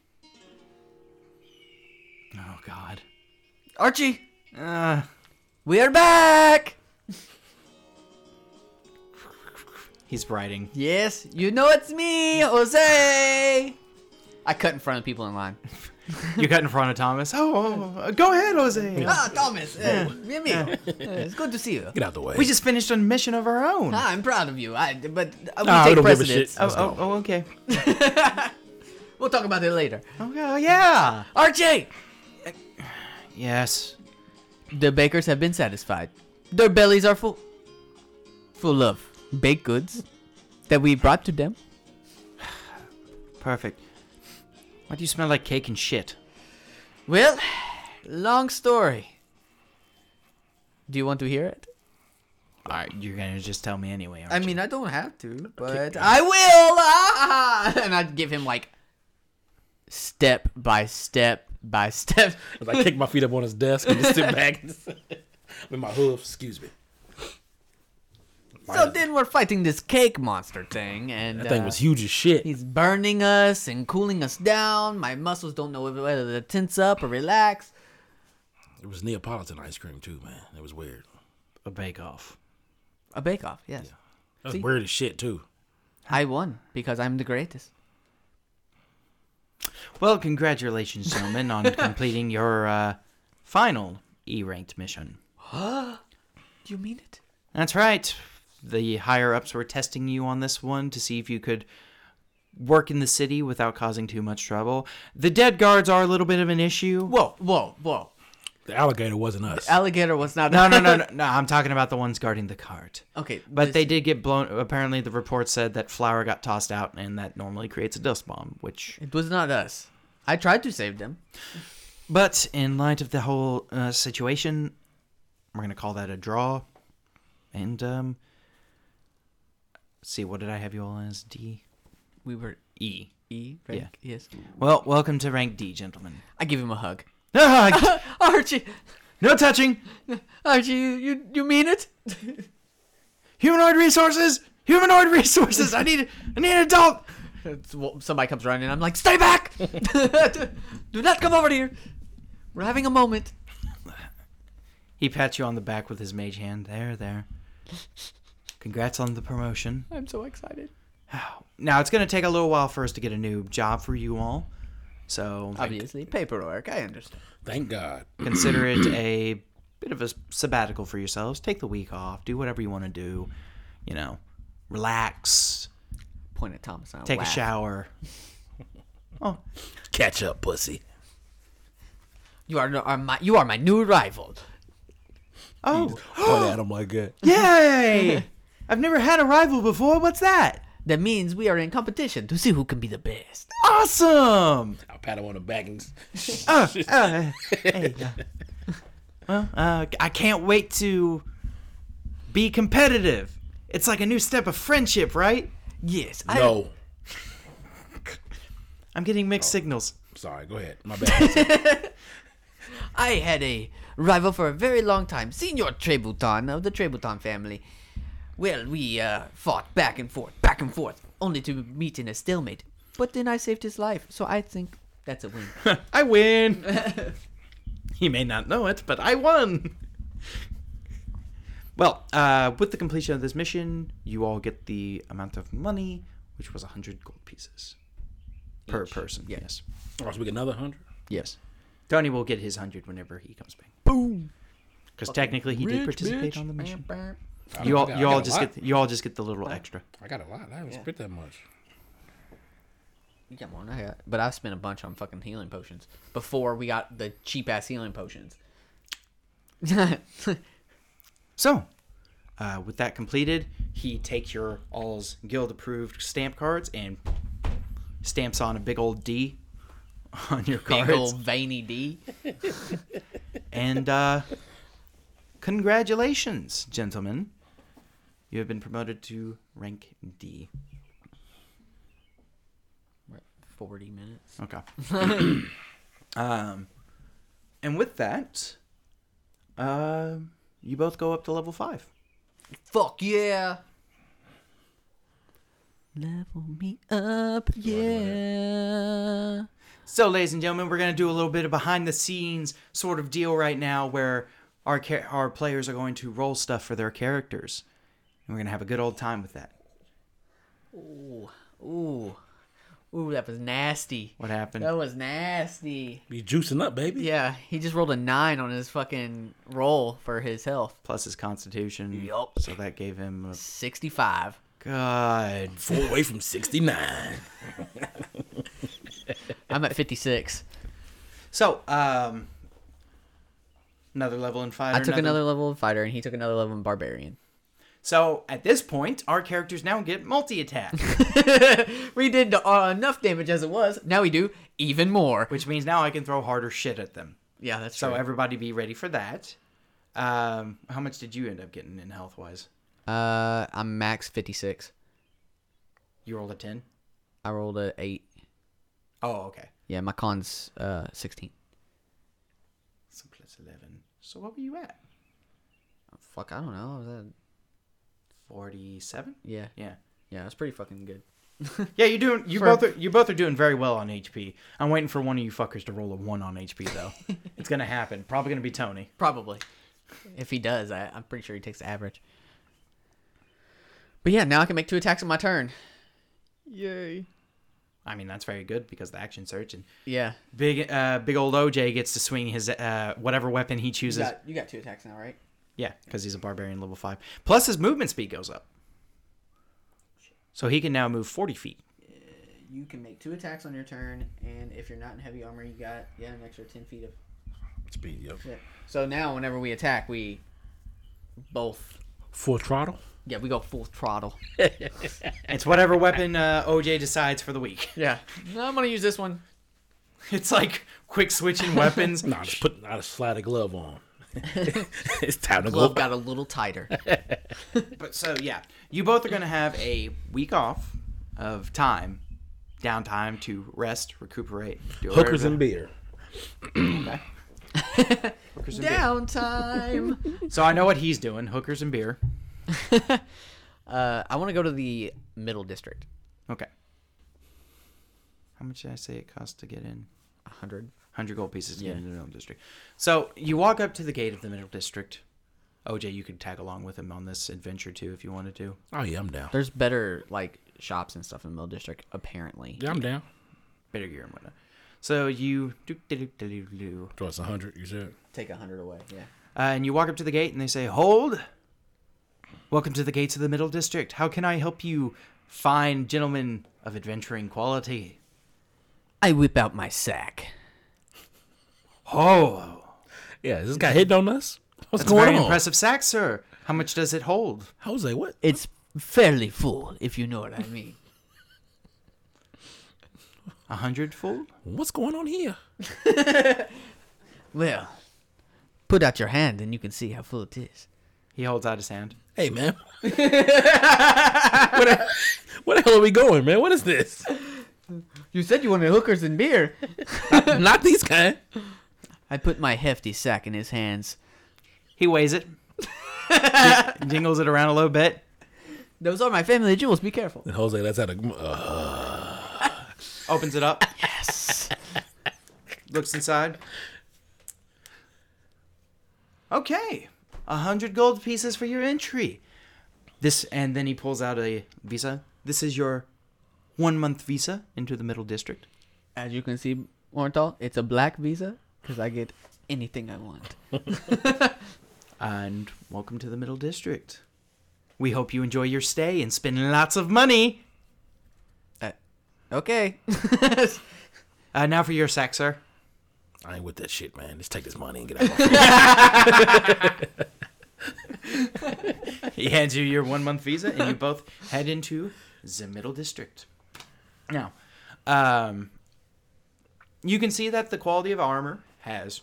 Oh, God. Archie, Uh, we are back. he's writing. Yes, you know it's me, Jose. I cut in front of people in line. You got in front of Thomas. Oh, oh, oh, go ahead, Jose. Ah, Thomas, eh, mi amigo. Eh, it's good to see you. Get out the way. We just finished a mission of our own. Ah, I'm proud of you. I, but I will Nah, I take don't give a shit. precedence. oh, Let's oh, go. oh, okay. We'll talk about it later. Okay, oh, yeah. Archie. Yes. The bakers have been satisfied. Their bellies are full full of baked goods that we brought to them. Perfect. Why do you smell like cake and shit? Well, long story. Do you want to hear it? All right, you're going to just tell me anyway, aren't I you? mean, I don't have to, but I will. <laughs> Ah! And I'd give him like step by step by <laughs> step. As I kick my feet up on his desk and just sit back with my hoofs. Excuse me. So then we're fighting this cake monster thing, and That thing uh, was huge as shit. He's burning us and cooling us down. My muscles don't know whether to tense up or relax. It was Neapolitan ice cream too, man. It was weird. a bake off. A bake off, yes. That was weird as shit too. I won because I'm the greatest. Well, congratulations, gentlemen, <laughs> on completing your uh, final E ranked mission. Do you mean it? That's right. The higher ups were testing you on this one to see if you could work in the city without causing too much trouble. The dead guards are a little bit of an issue. Whoa, whoa, whoa. The alligator wasn't us. Alligator was not. No, no, <laughs> no, no, no. I'm talking about the ones guarding the cart. Okay, But Oh, this- they did get blown. Apparently, the report said that flour got tossed out, and that normally creates a dust bomb, which It was not us. I tried to save them. But in light of the whole uh, situation, we're going to call that a draw. And um let's see what did I have you all as D We were E. E, right? Yes. Well, welcome to rank D, <laughs> gentlemen. I give him a hug. Ah, Archie, no touching. Archie, you, you, you mean it? Humanoid resources. Humanoid resources. I need I need an adult. It's- well, Somebody comes running. I'm like, stay back! <laughs> Do not come over here. We're having a moment. He pats you on the back with his mage hand. There, there. Congrats on the promotion. I'm so excited. Now, it's going to take a little while for us to get a new job for you all. So, Obviously, paperwork. I understand. Thank God. consider it a bit of a sabbatical for yourselves. Take the week off. Do whatever you want to do. You know, relax. Point at Thomas. and I Take laugh. a shower. Catch up, pussy. You are, no- are my, you are my new rival. Oh, Point at him like that. yay! I've never had a rival before. What's that? That means we are in competition to see who can be the best. <laughs> Awesome. I'll pat him on the back and Uh, uh, hey, uh, <laughs> well, uh, I can't wait to be competitive. It's like a new step of friendship, right? Yes, I, no. I'm getting mixed signals. Sorry, go ahead. My bad. I had a rival for a very long time, Senor Trebutan of the Trebutan family. Well, we uh, fought back and forth, back and forth, only to meet in a stalemate. But then I saved his life, so I think that's a win. I <laughs> win. he may not know it, but I won. <laughs> Well, uh, with the completion of this mission, you all get the amount of money, which was 100 gold pieces per person. Yes. Or else we get another hundred. Yes. Tony will get his 100 whenever he comes back. Boom. Because technically he did rich participate bitch. on the mission. I You don't all, think I- you I all got a just lot. get, you all just get the little extra. I got a lot. I haven't spent that much. Come on, I got. But I spent a bunch on fucking healing potions before we got the cheap ass healing <laughs> potions. So, uh, with that completed, he takes your all's guild approved stamp cards and stamps on a big old D <laughs> on your Big cards. old veiny D. And uh, congratulations, gentlemen. You have been promoted to rank D. We're at Forty minutes. <clears throat> Okay. um, and with that, uh, you both go up to level five. Fuck yeah. Level me up, yeah. So, ladies and gentlemen, we're going to do a little bit of behind the scenes sort of deal right now where our, cha- our players are going to roll stuff for their characters. And we're going to have a good old time with that. Ooh, ooh, that was nasty. What happened? That was nasty. Be juicing up, baby. Yeah, he just rolled a nine on his fucking roll for his health. Plus his constitution. Yup. So that gave him a. Sixty-five. God. Four away from sixty nine. I'm at fifty-six. So, um, another level in five. I took another level of fighter, and he took another level of barbarian. So at this point, our characters now get multi attack, We did uh, enough damage as it was. Now we do even more. which means now I can throw harder shit at them. Yeah, that's So true. everybody be ready for that. Um, how much did you end up getting in health wise? uh, I'm max fifty-six. You rolled a ten. I rolled a eight. Oh, okay. Yeah, my con's uh sixteen. So plus eleven. So what were you at? Fuck, I don't know. Is that- Forty-seven. Yeah, Yeah. yeah, it's pretty fucking good. Yeah, you're doing. You For- both are, you both are doing very well on HP. I'm waiting for one of you fuckers to roll a one on HP though. it's gonna happen. Probably gonna be Tony. Probably. If he does, I, I'm pretty sure he takes the average. But yeah, now I can make two attacks on my turn. Yay. I mean, that's very good because the action surge and Yeah. Big uh, big old OJ gets to swing his uh, whatever weapon he chooses. Yeah, 'cause you got two attacks now, right? yeah, because he's a barbarian level five. Plus his movement speed goes up, so he can now move forty feet. You can make two attacks on your turn, and if you're not in heavy armor, you got yeah an extra ten feet of. Speed, yo. So now, whenever we attack, we both Full throttle. yeah we go full throttle. It's whatever weapon uh, OJ decides for the week. <laughs> Yeah. I'm gonna use this one. It's like quick switching <laughs> weapons. Nah, just put I just slide a glove on. <laughs> it's time to Glove go. got a little tighter. But so yeah, you both are gonna have a week off of time, downtime to rest, recuperate, do Hookers whatever- and beer. hookers and beer. Downtime. So I know what he's doing: hookers and beer. <laughs> Uh, I want to go to the middle district. Okay. How much did I say it costs to get in? hundred. 100 gold pieces to get into the middle district. So you walk up to the gate of the middle district. OJ, you could tag along with him on this adventure too if you wanted to. Oh yeah, I'm down. There's better like shops and stuff in the Mill District, apparently. Yeah, I'm down. Better gear and whatnot. So you do, do, do, do, do, do. So it's hundred. You said. Take a hundred away. Yeah. Uh, and you walk up to the gate and they say, Hold! Welcome to the gates of the middle district. How can I help you, fine gentlemen of adventuring quality? I whip out my sack. Oh! Yeah, is this guy hitting on us? That's What's a going very on? impressive sack, sir. How much does it hold? Jose, what? It's fairly full, if you know what I mean. A hundredfold? What's going on here? Well, put out your hand and you can see how full it is. He holds out his hand. Hey, man. <laughs> where, the, where the hell are we going, man? What is <laughs> this? You said you wanted hookers and beer. Not these kind. <laughs> I put my hefty sack in his hands. He weighs it, <laughs> jingles it around a little bit. Those are my family jewels. Be careful. And Jose, that's out of. Uh, opens it up. Yes. Looks inside. Okay, a hundred gold pieces for your entry. This, and then he pulls out a visa. This is your one month visa into the Middle District. As you can see, Orenthal, it's a black visa because I get anything I want. And welcome to the Middle District. We hope you enjoy your stay and spend lots of money. Uh, Okay. <laughs> Uh, now for your sack, sir. I ain't with that shit, man. Just take this money and get out. of my- <laughs> He hands you your one month visa, and you both head into the middle district. Now, um, you can see that the quality of armor has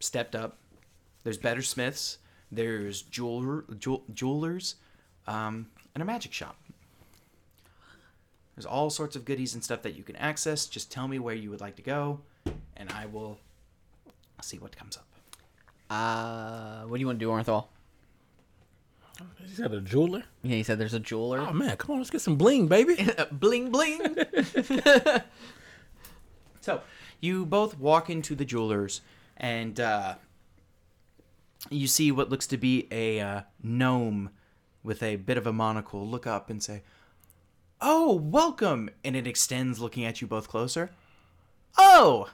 stepped up. There's better smiths, there's jeweler, jewel, jewelers, um, and a magic shop. There's all sorts of goodies and stuff that you can access. Just tell me where you would like to go, and I will see what comes up. Uh, what do you want to do, Orenthal? Is that a jeweler? Yeah, he said there's a jeweler. Oh, man. Come on. Let's get some bling, baby. <laughs> bling bling. So you both walk into the jeweler's, and uh, you see what looks to be a uh, gnome with a bit of a monocle look up and say, "Oh, welcome!" And it extends, looking at you both closer. Oh,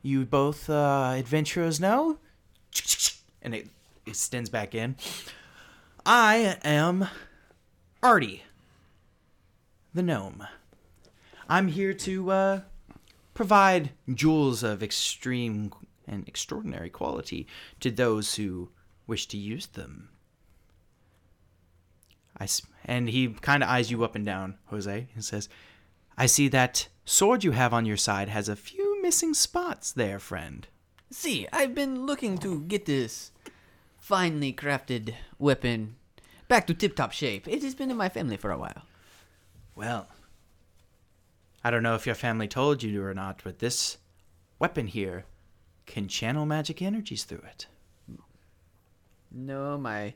you both uh, adventurers know, and it extends back in. I am Artie, the gnome. I'm here to uh, provide jewels of extreme and extraordinary quality to those who wish to use them. I s- and he kind of eyes you up and down, Jose, and says, "I see that sword you have on your side has a few missing spots there, friend." See, I've been looking to get this finely crafted weapon back to tip top shape. It has been in my family for a while. Well, I don't know if your family told you or not, but this weapon here can channel magic energies through it. No, my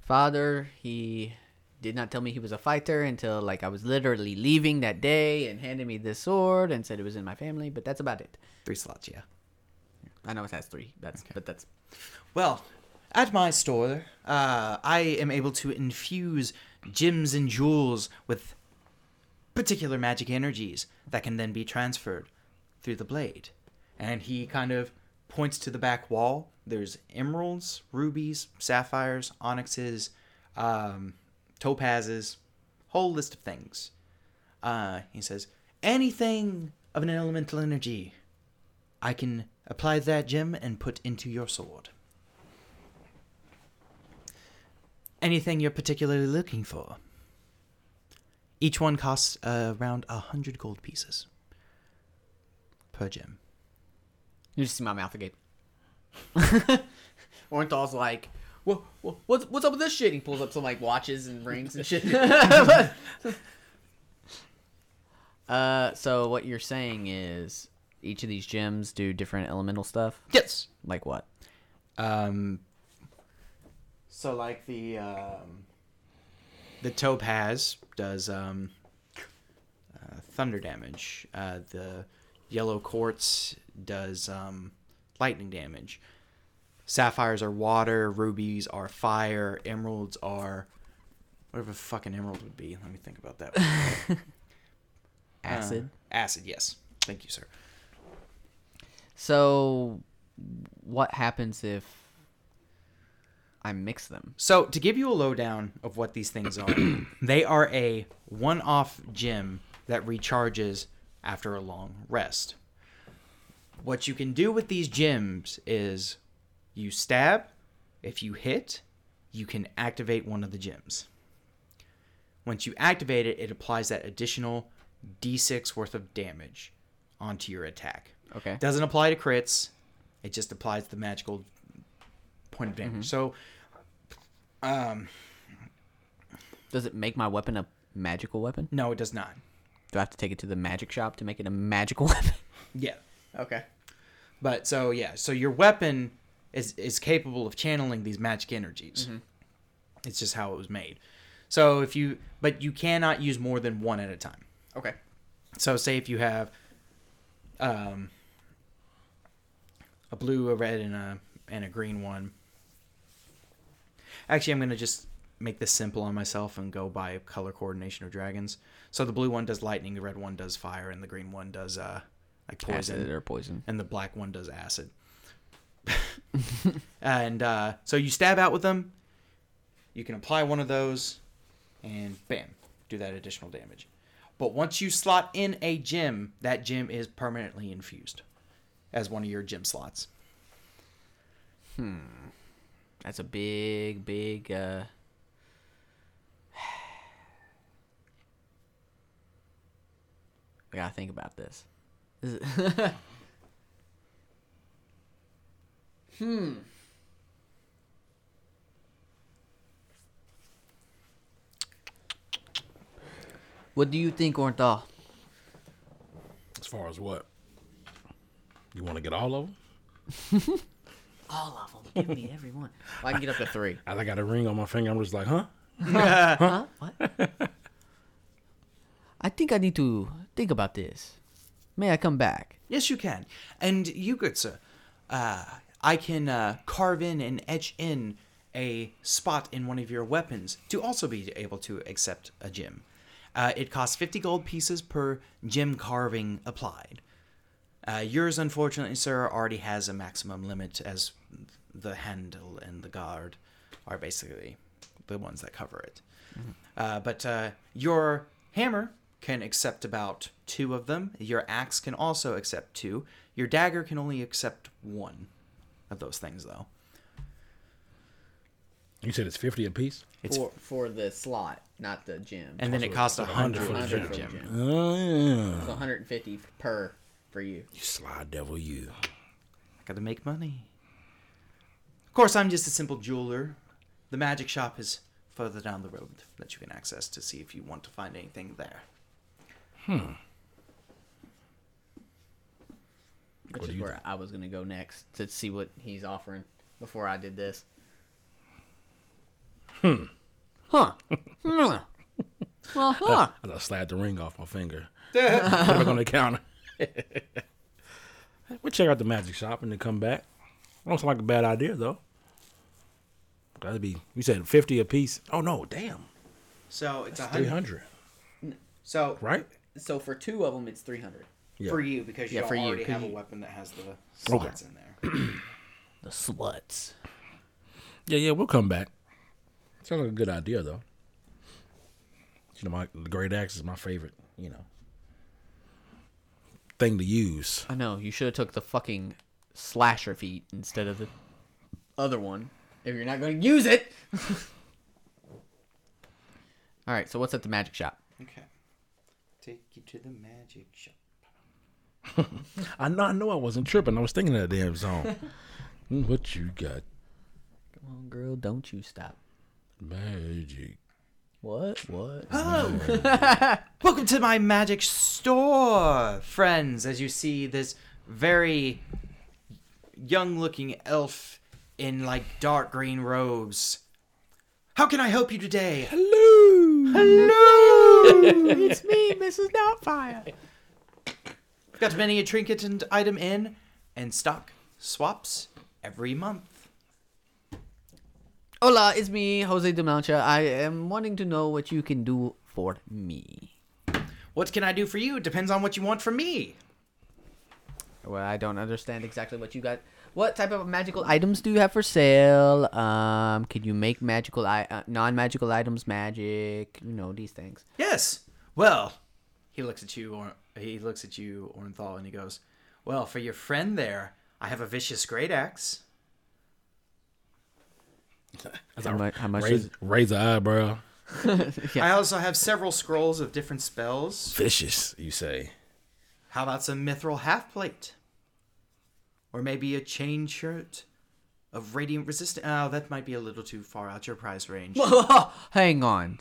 father, he did not tell me he was a fighter until like I was literally leaving that day and handed me this sword and said it was in my family, but that's about it. Three slots, yeah. I know it has three. That's but that's Well, at my store, uh, I am able to infuse gems and jewels with particular magic energies that can then be transferred through the blade. And he kind of points to the back wall. There's emeralds, rubies, sapphires, onyxes, um, topazes, whole list of things. Uh, he says, anything of an elemental energy, I can apply that gem and put into your sword. Anything you're particularly looking for. Each one costs uh, around a hundred gold pieces per gem. you just see my mouth <laughs> agape. Orenthal's like, what, what's what's up with this shit? He pulls up some like watches and rings and shit. <laughs> uh, so what you're saying is each of these gems do different elemental stuff. Yes. Like what? Um. So like the um, the topaz does um, uh, thunder damage. Uh, the yellow quartz does um, lightning damage. Sapphires are water. Rubies are fire. Emeralds are whatever a fucking emerald would be. Let me think about that. one. Acid. Acid. Yes. Thank you, sir. So, what happens if I mix them? So, to give you a lowdown of what these things are, they are a one off gem that recharges after a long rest. What you can do with these gems is you stab, if you hit, you can activate one of the gems. Once you activate it, it applies that additional d6 worth of damage onto your attack. Okay. Doesn't apply to crits. It just applies the magical point of damage. So Does it make my weapon a magical weapon? no, it does not. Do I have to take it to the magic shop to make it a magical <laughs> weapon? Yeah. Okay. But so yeah, so your weapon is is capable of channeling these magic energies. Mm-hmm. It's just how it was made. So if you but you cannot use more than one at a time. Okay. So say if you have um a blue, a red and a and a green one. Actually, I'm going to just make this simple on myself and go by color coordination of dragons. So the blue one does lightning, the red one does fire and the green one does uh like poison Acid or poison. and the black one does acid. <laughs> and uh, so you stab out with them. You can apply one of those, and bam, do that additional damage. But once you slot in a gem, that gem is permanently infused as one of your gem slots. That's a big, big. <sighs> uh I gotta think about this. Is it- <laughs> Hmm. What do you think, Ornthal? As far as what? You want to get all of them? All of them. Give me every one. I can get up to three. As I got a ring on my finger, I'm just like, huh? <laughs> I think I need to think about this. May I come back? Yes, you can. And you, good sir, uh, I can uh, carve in and etch in a spot in one of your weapons to also be able to accept a gem. Uh, it costs 50 gold pieces per gem carving applied. Uh, yours, unfortunately, sir, already has a maximum limit as the handle and the guard are basically the ones that cover it. Uh, but uh, your hammer can accept about two of them. Your axe can also accept two. Your dagger can only accept one of those things, though. You said it's 50 a piece? It's- for for the slot, not the gym. And then it costs a hundred for the for the gem. gem. Oh, yeah. so 150 per for you. You sly devil, you. I gotta make money. Of course, I'm just a simple jeweler. The magic shop is further down the road that you can access to see if you want to find anything there. which is do you where I was gonna go next to see what he's offering before I did this. Huh. Hmm. well, huh. As I slide the ring off my finger, <laughs> put it back on the <laughs> counter. we check out the magic shop and then come back. Don't sound like a bad idea though. Gotta be. You said fifty a piece. Oh no, damn, So it's a three hundred. hundred, So right? So for two of them, it's 300. Yeah. for you, because you Yeah, don't for you, already 'cause have you- a weapon that has the slots in there. <clears throat> The sluts. Yeah, yeah, we'll come back. Sounds like a good idea though. You know, my the great axe is my favorite. You know, thing to use. I know you should have took the fucking slasher feet instead of the other one. If you're not gonna use it. <laughs> All right. So what's at the magic shop? Okay. Take you to the magic shop. I know, I know, I wasn't tripping. I was thinking of that damn <laughs> song. Mm, what you got? Come on, girl, don't you stop. Magic. What? What? Welcome to my magic store, friends. As you see, this very young looking elf in like dark green robes. How can I help you today? <laughs> it's me, Mrs. Doubtfire. Got many a trinket and item in, and stock swaps every month. Hola, it's me, Jose de Mancha. I am wanting to know what you can do for me. What can I do for you? It depends on what you want from me. Well, I don't understand exactly what you got. What type of magical items do you have for sale? Um, can you make magical, I- uh, non-magical items magic? You know these things. Yes. Well, he looks at you, or he looks at you, Ornthal, and he goes, "Well, for your friend there, I have a vicious great axe. How, mu- how much? Raise, Is, <laughs> raise an eyebrow. I also have several scrolls of different spells. Vicious, you say. How about some mithril half plate? Or maybe a chain shirt of radiant resistance. Oh, that might be a little too far out your price range. Hang on.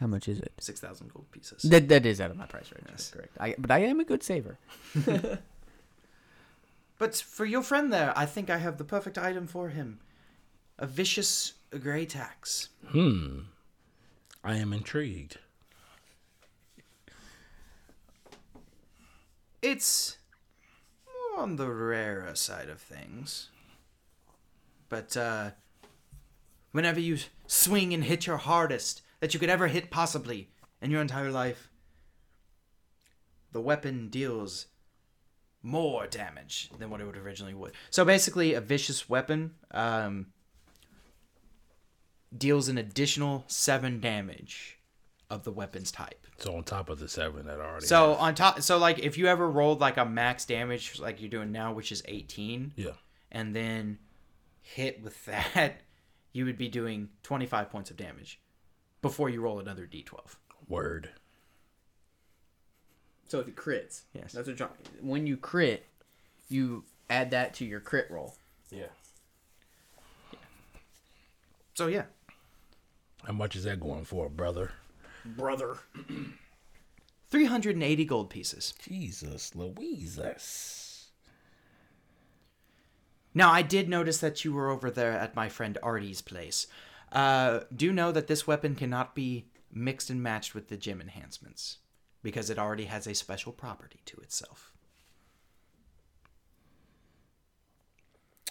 How much is it? 6,000 gold pieces. That that is out of my price range. That's correct. I, but I am a good saver. But for your friend there, I think I have the perfect item for him a vicious grey tax. I am intrigued. It's more on the rarer side of things. But uh, whenever you swing and hit your hardest that you could ever hit possibly in your entire life, the weapon deals more damage than what it would originally would. So basically, a vicious weapon um, deals an additional seven damage of the weapon's type. So on top of the seven that I already. So have. on top, so like if you ever rolled like a max damage like you're doing now, which is 18, yeah, and then hit with <laughs> that, you would be doing 25 points of damage before you roll another d12. word. So if it crits, Yes. that's what John. When you crit, you add that to your crit roll. Yeah. So yeah, How much is that going for, brother? 380 gold pieces. Jesus, Louises. Now I did notice that you were over there at my friend Artie's place. Uh, do know that this weapon cannot be mixed and matched with the gem enhancements because it already has a special property to itself.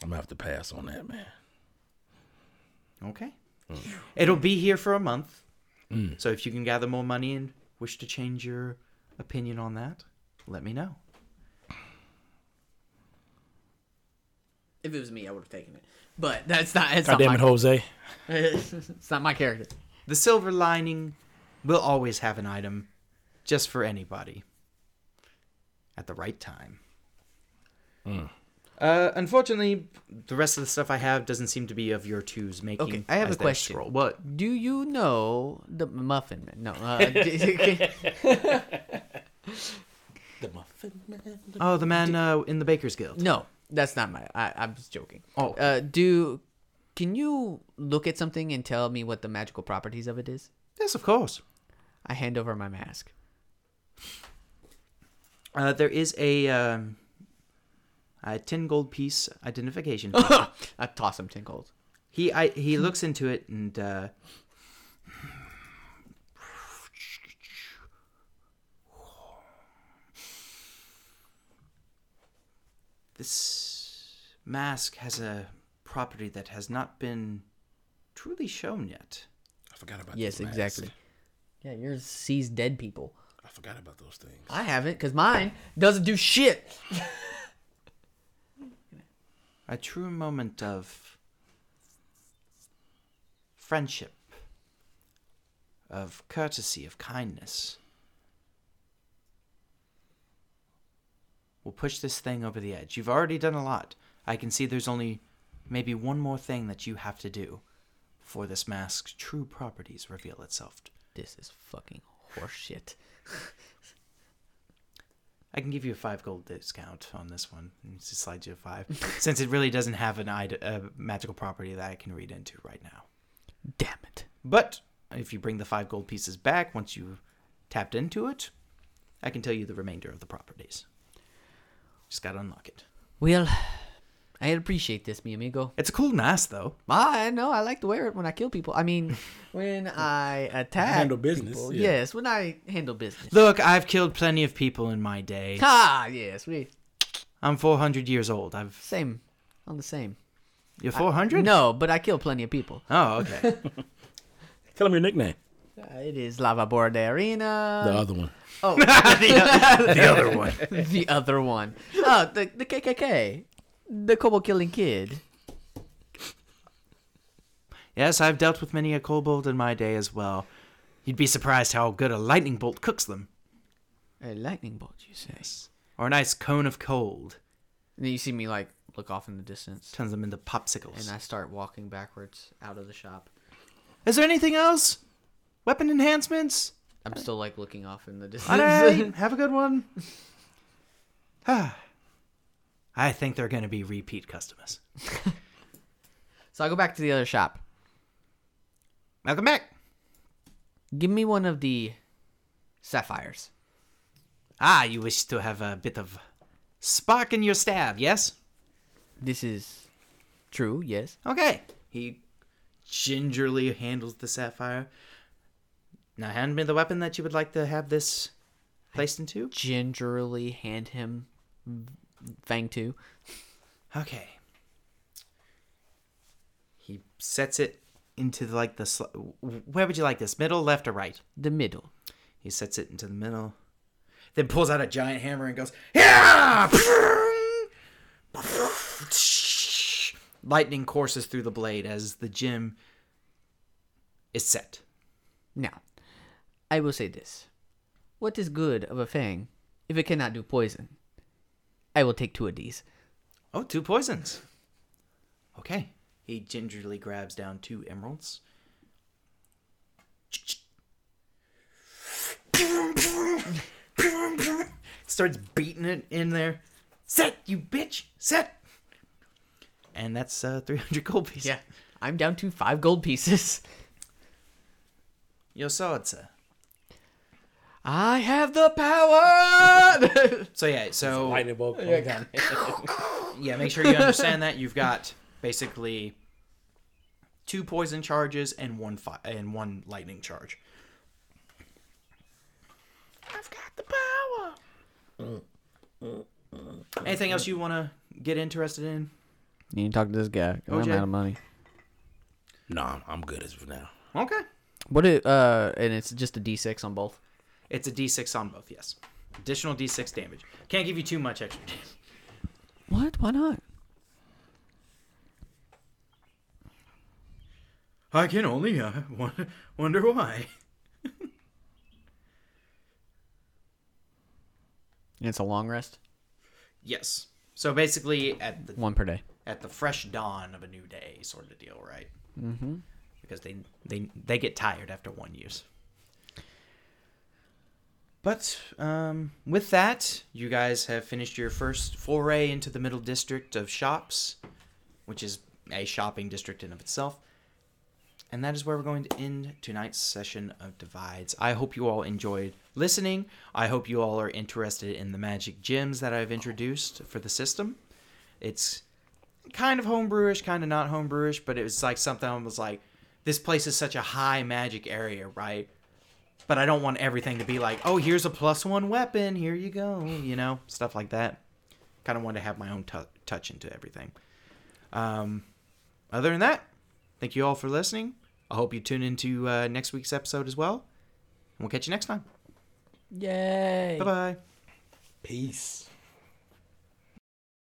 I'm gonna have to pass on that, man. Okay. It'll be here for a month. So if you can gather more money and wish to change your opinion on that, let me know. If it was me, I would have taken it. But that's not. It's God not damn my, it, Jose. <laughs> it's not my character. The silver lining will always have an item just for anybody at the right time. Uh, unfortunately, the rest of the stuff I have doesn't seem to be of your two's making. Okay, I have as a they question. scroll. What? Do you know the muffin man? No. Uh, <laughs> d- The muffin man. Oh, the man uh, in the Baker's Guild. no, that's not my. I, I'm just joking. Oh. Uh, do can you look at something and tell me what the magical properties of it is? Yes, of course. I hand over my <laughs> mask. Uh, there is a, um, a 10 gold piece identification. Oh. I toss him ten golds. He I, he looks into it and uh, this mask has a property that has not been truly shown yet. I forgot about Yes, those masks. exactly. Yeah, yours sees dead people. I forgot about those things. I haven't, because mine doesn't do shit. A true moment of friendship, of courtesy, of kindness. We'll push this thing over the edge. You've already done a lot. I can see there's only maybe one more thing that you have to do before this mask's true properties reveal itself. This is fucking horseshit. I can give you a five gold discount on this one. and Just slide you a five, since it really doesn't have an ide- a magical property that I can read into right now. Damn it. But if you bring the five gold pieces back once you've tapped into it, I can tell you the remainder of the properties. Just gotta unlock it. Well, I appreciate this, mi amigo. It's a cool mask, though. I know I like to wear it when I kill people. I <laughs> mean, when I attack. Handle business, people. yeah. Yes, when I handle business. Look, I've killed plenty of people in my day. Ah, yes, we I'm 400 years old. I've same on the <laughs> same. you're 400? No, but I kill plenty of people. Oh, <laughs> okay. <laughs> Tell him your nickname. Uh, it is Lava Borda the Arena. other one. the other one. <laughs> the other one. Oh, the the KKK, the Kobo killing kid. Yes, I've dealt with many a kobold in my day as well. You'd be surprised how good a lightning bolt cooks them, A lightning bolt, you say? or a nice cone of cold And then you see me like look off in the distance, turns them into popsicles. and I start walking backwards out of the shop. Is there anything else? Weapon enhancements. I'm still like looking off in the All distance. <laughs> right, have a good one. <sighs> Ah. I think they're going to be repeat customers. so I go back to the other shop. Welcome back. Give me one of the sapphires. Ah, you wish to have a bit of spark in your stab, yes? This is true, yes. Okay. He gingerly handles the sapphire. Now hand me the weapon that you would like to have this placed into. Gingerly hand him Fang 2. Okay. He sets it into like the sl- where would you like this? Middle, left, or right? The middle. He sets it into the middle, then pulls out a giant hammer and goes, Yeah! Lightning courses through the blade as the gem is set. Now, I will say this. What is good of a Fang if it cannot do poison? I will take two of these. Oh, two poisons. Okay. He gingerly grabs down two emeralds. Starts beating it in there. Set, you bitch! Set! And that's uh, 300 gold pieces. I'm down to five gold pieces. <laughs> Yo, so it's uh, a. I have the power! <laughs> So, yeah, so. Lightning bolt. coming down. yeah, make sure you understand that you've got basically two poison charges and one fi- and one lightning charge. I've got the power. Anything else you want to get interested in? you need to talk to this guy. OJ? I'm out of money. Nah, I'm good as of now. Okay. What it, uh, and it's just a d6 on both. It's a d6 on both, yes. Additional d6 damage. Can't give you too much extra damage. What? Why not? I can only uh, won- wonder why. And it's a long rest. Yes. So basically, at the One per day. at the fresh dawn of a new day sort of deal, right? Mm-hmm. Because they they they get tired after one use. But um, with that, you guys have finished your first foray into the middle district of shops, which is a shopping district in of itself. And that is where we're going to end tonight's session of Divides. I hope you all enjoyed listening. I hope you all are interested in the magic gems that I've introduced for the system. It's kind of homebrewish, kind of not homebrewish, but it was like something I was like, this place is such a high magic area, right? But I don't want everything to be like, oh, here's a plus one weapon, here you go, you know, stuff like that. Kind of wanted to have my own tou touch into everything. Um, other than that, thank you all for listening. I hope you tune into uh, next week's episode as well. And we'll catch you next time. Yay! Bye bye. Peace.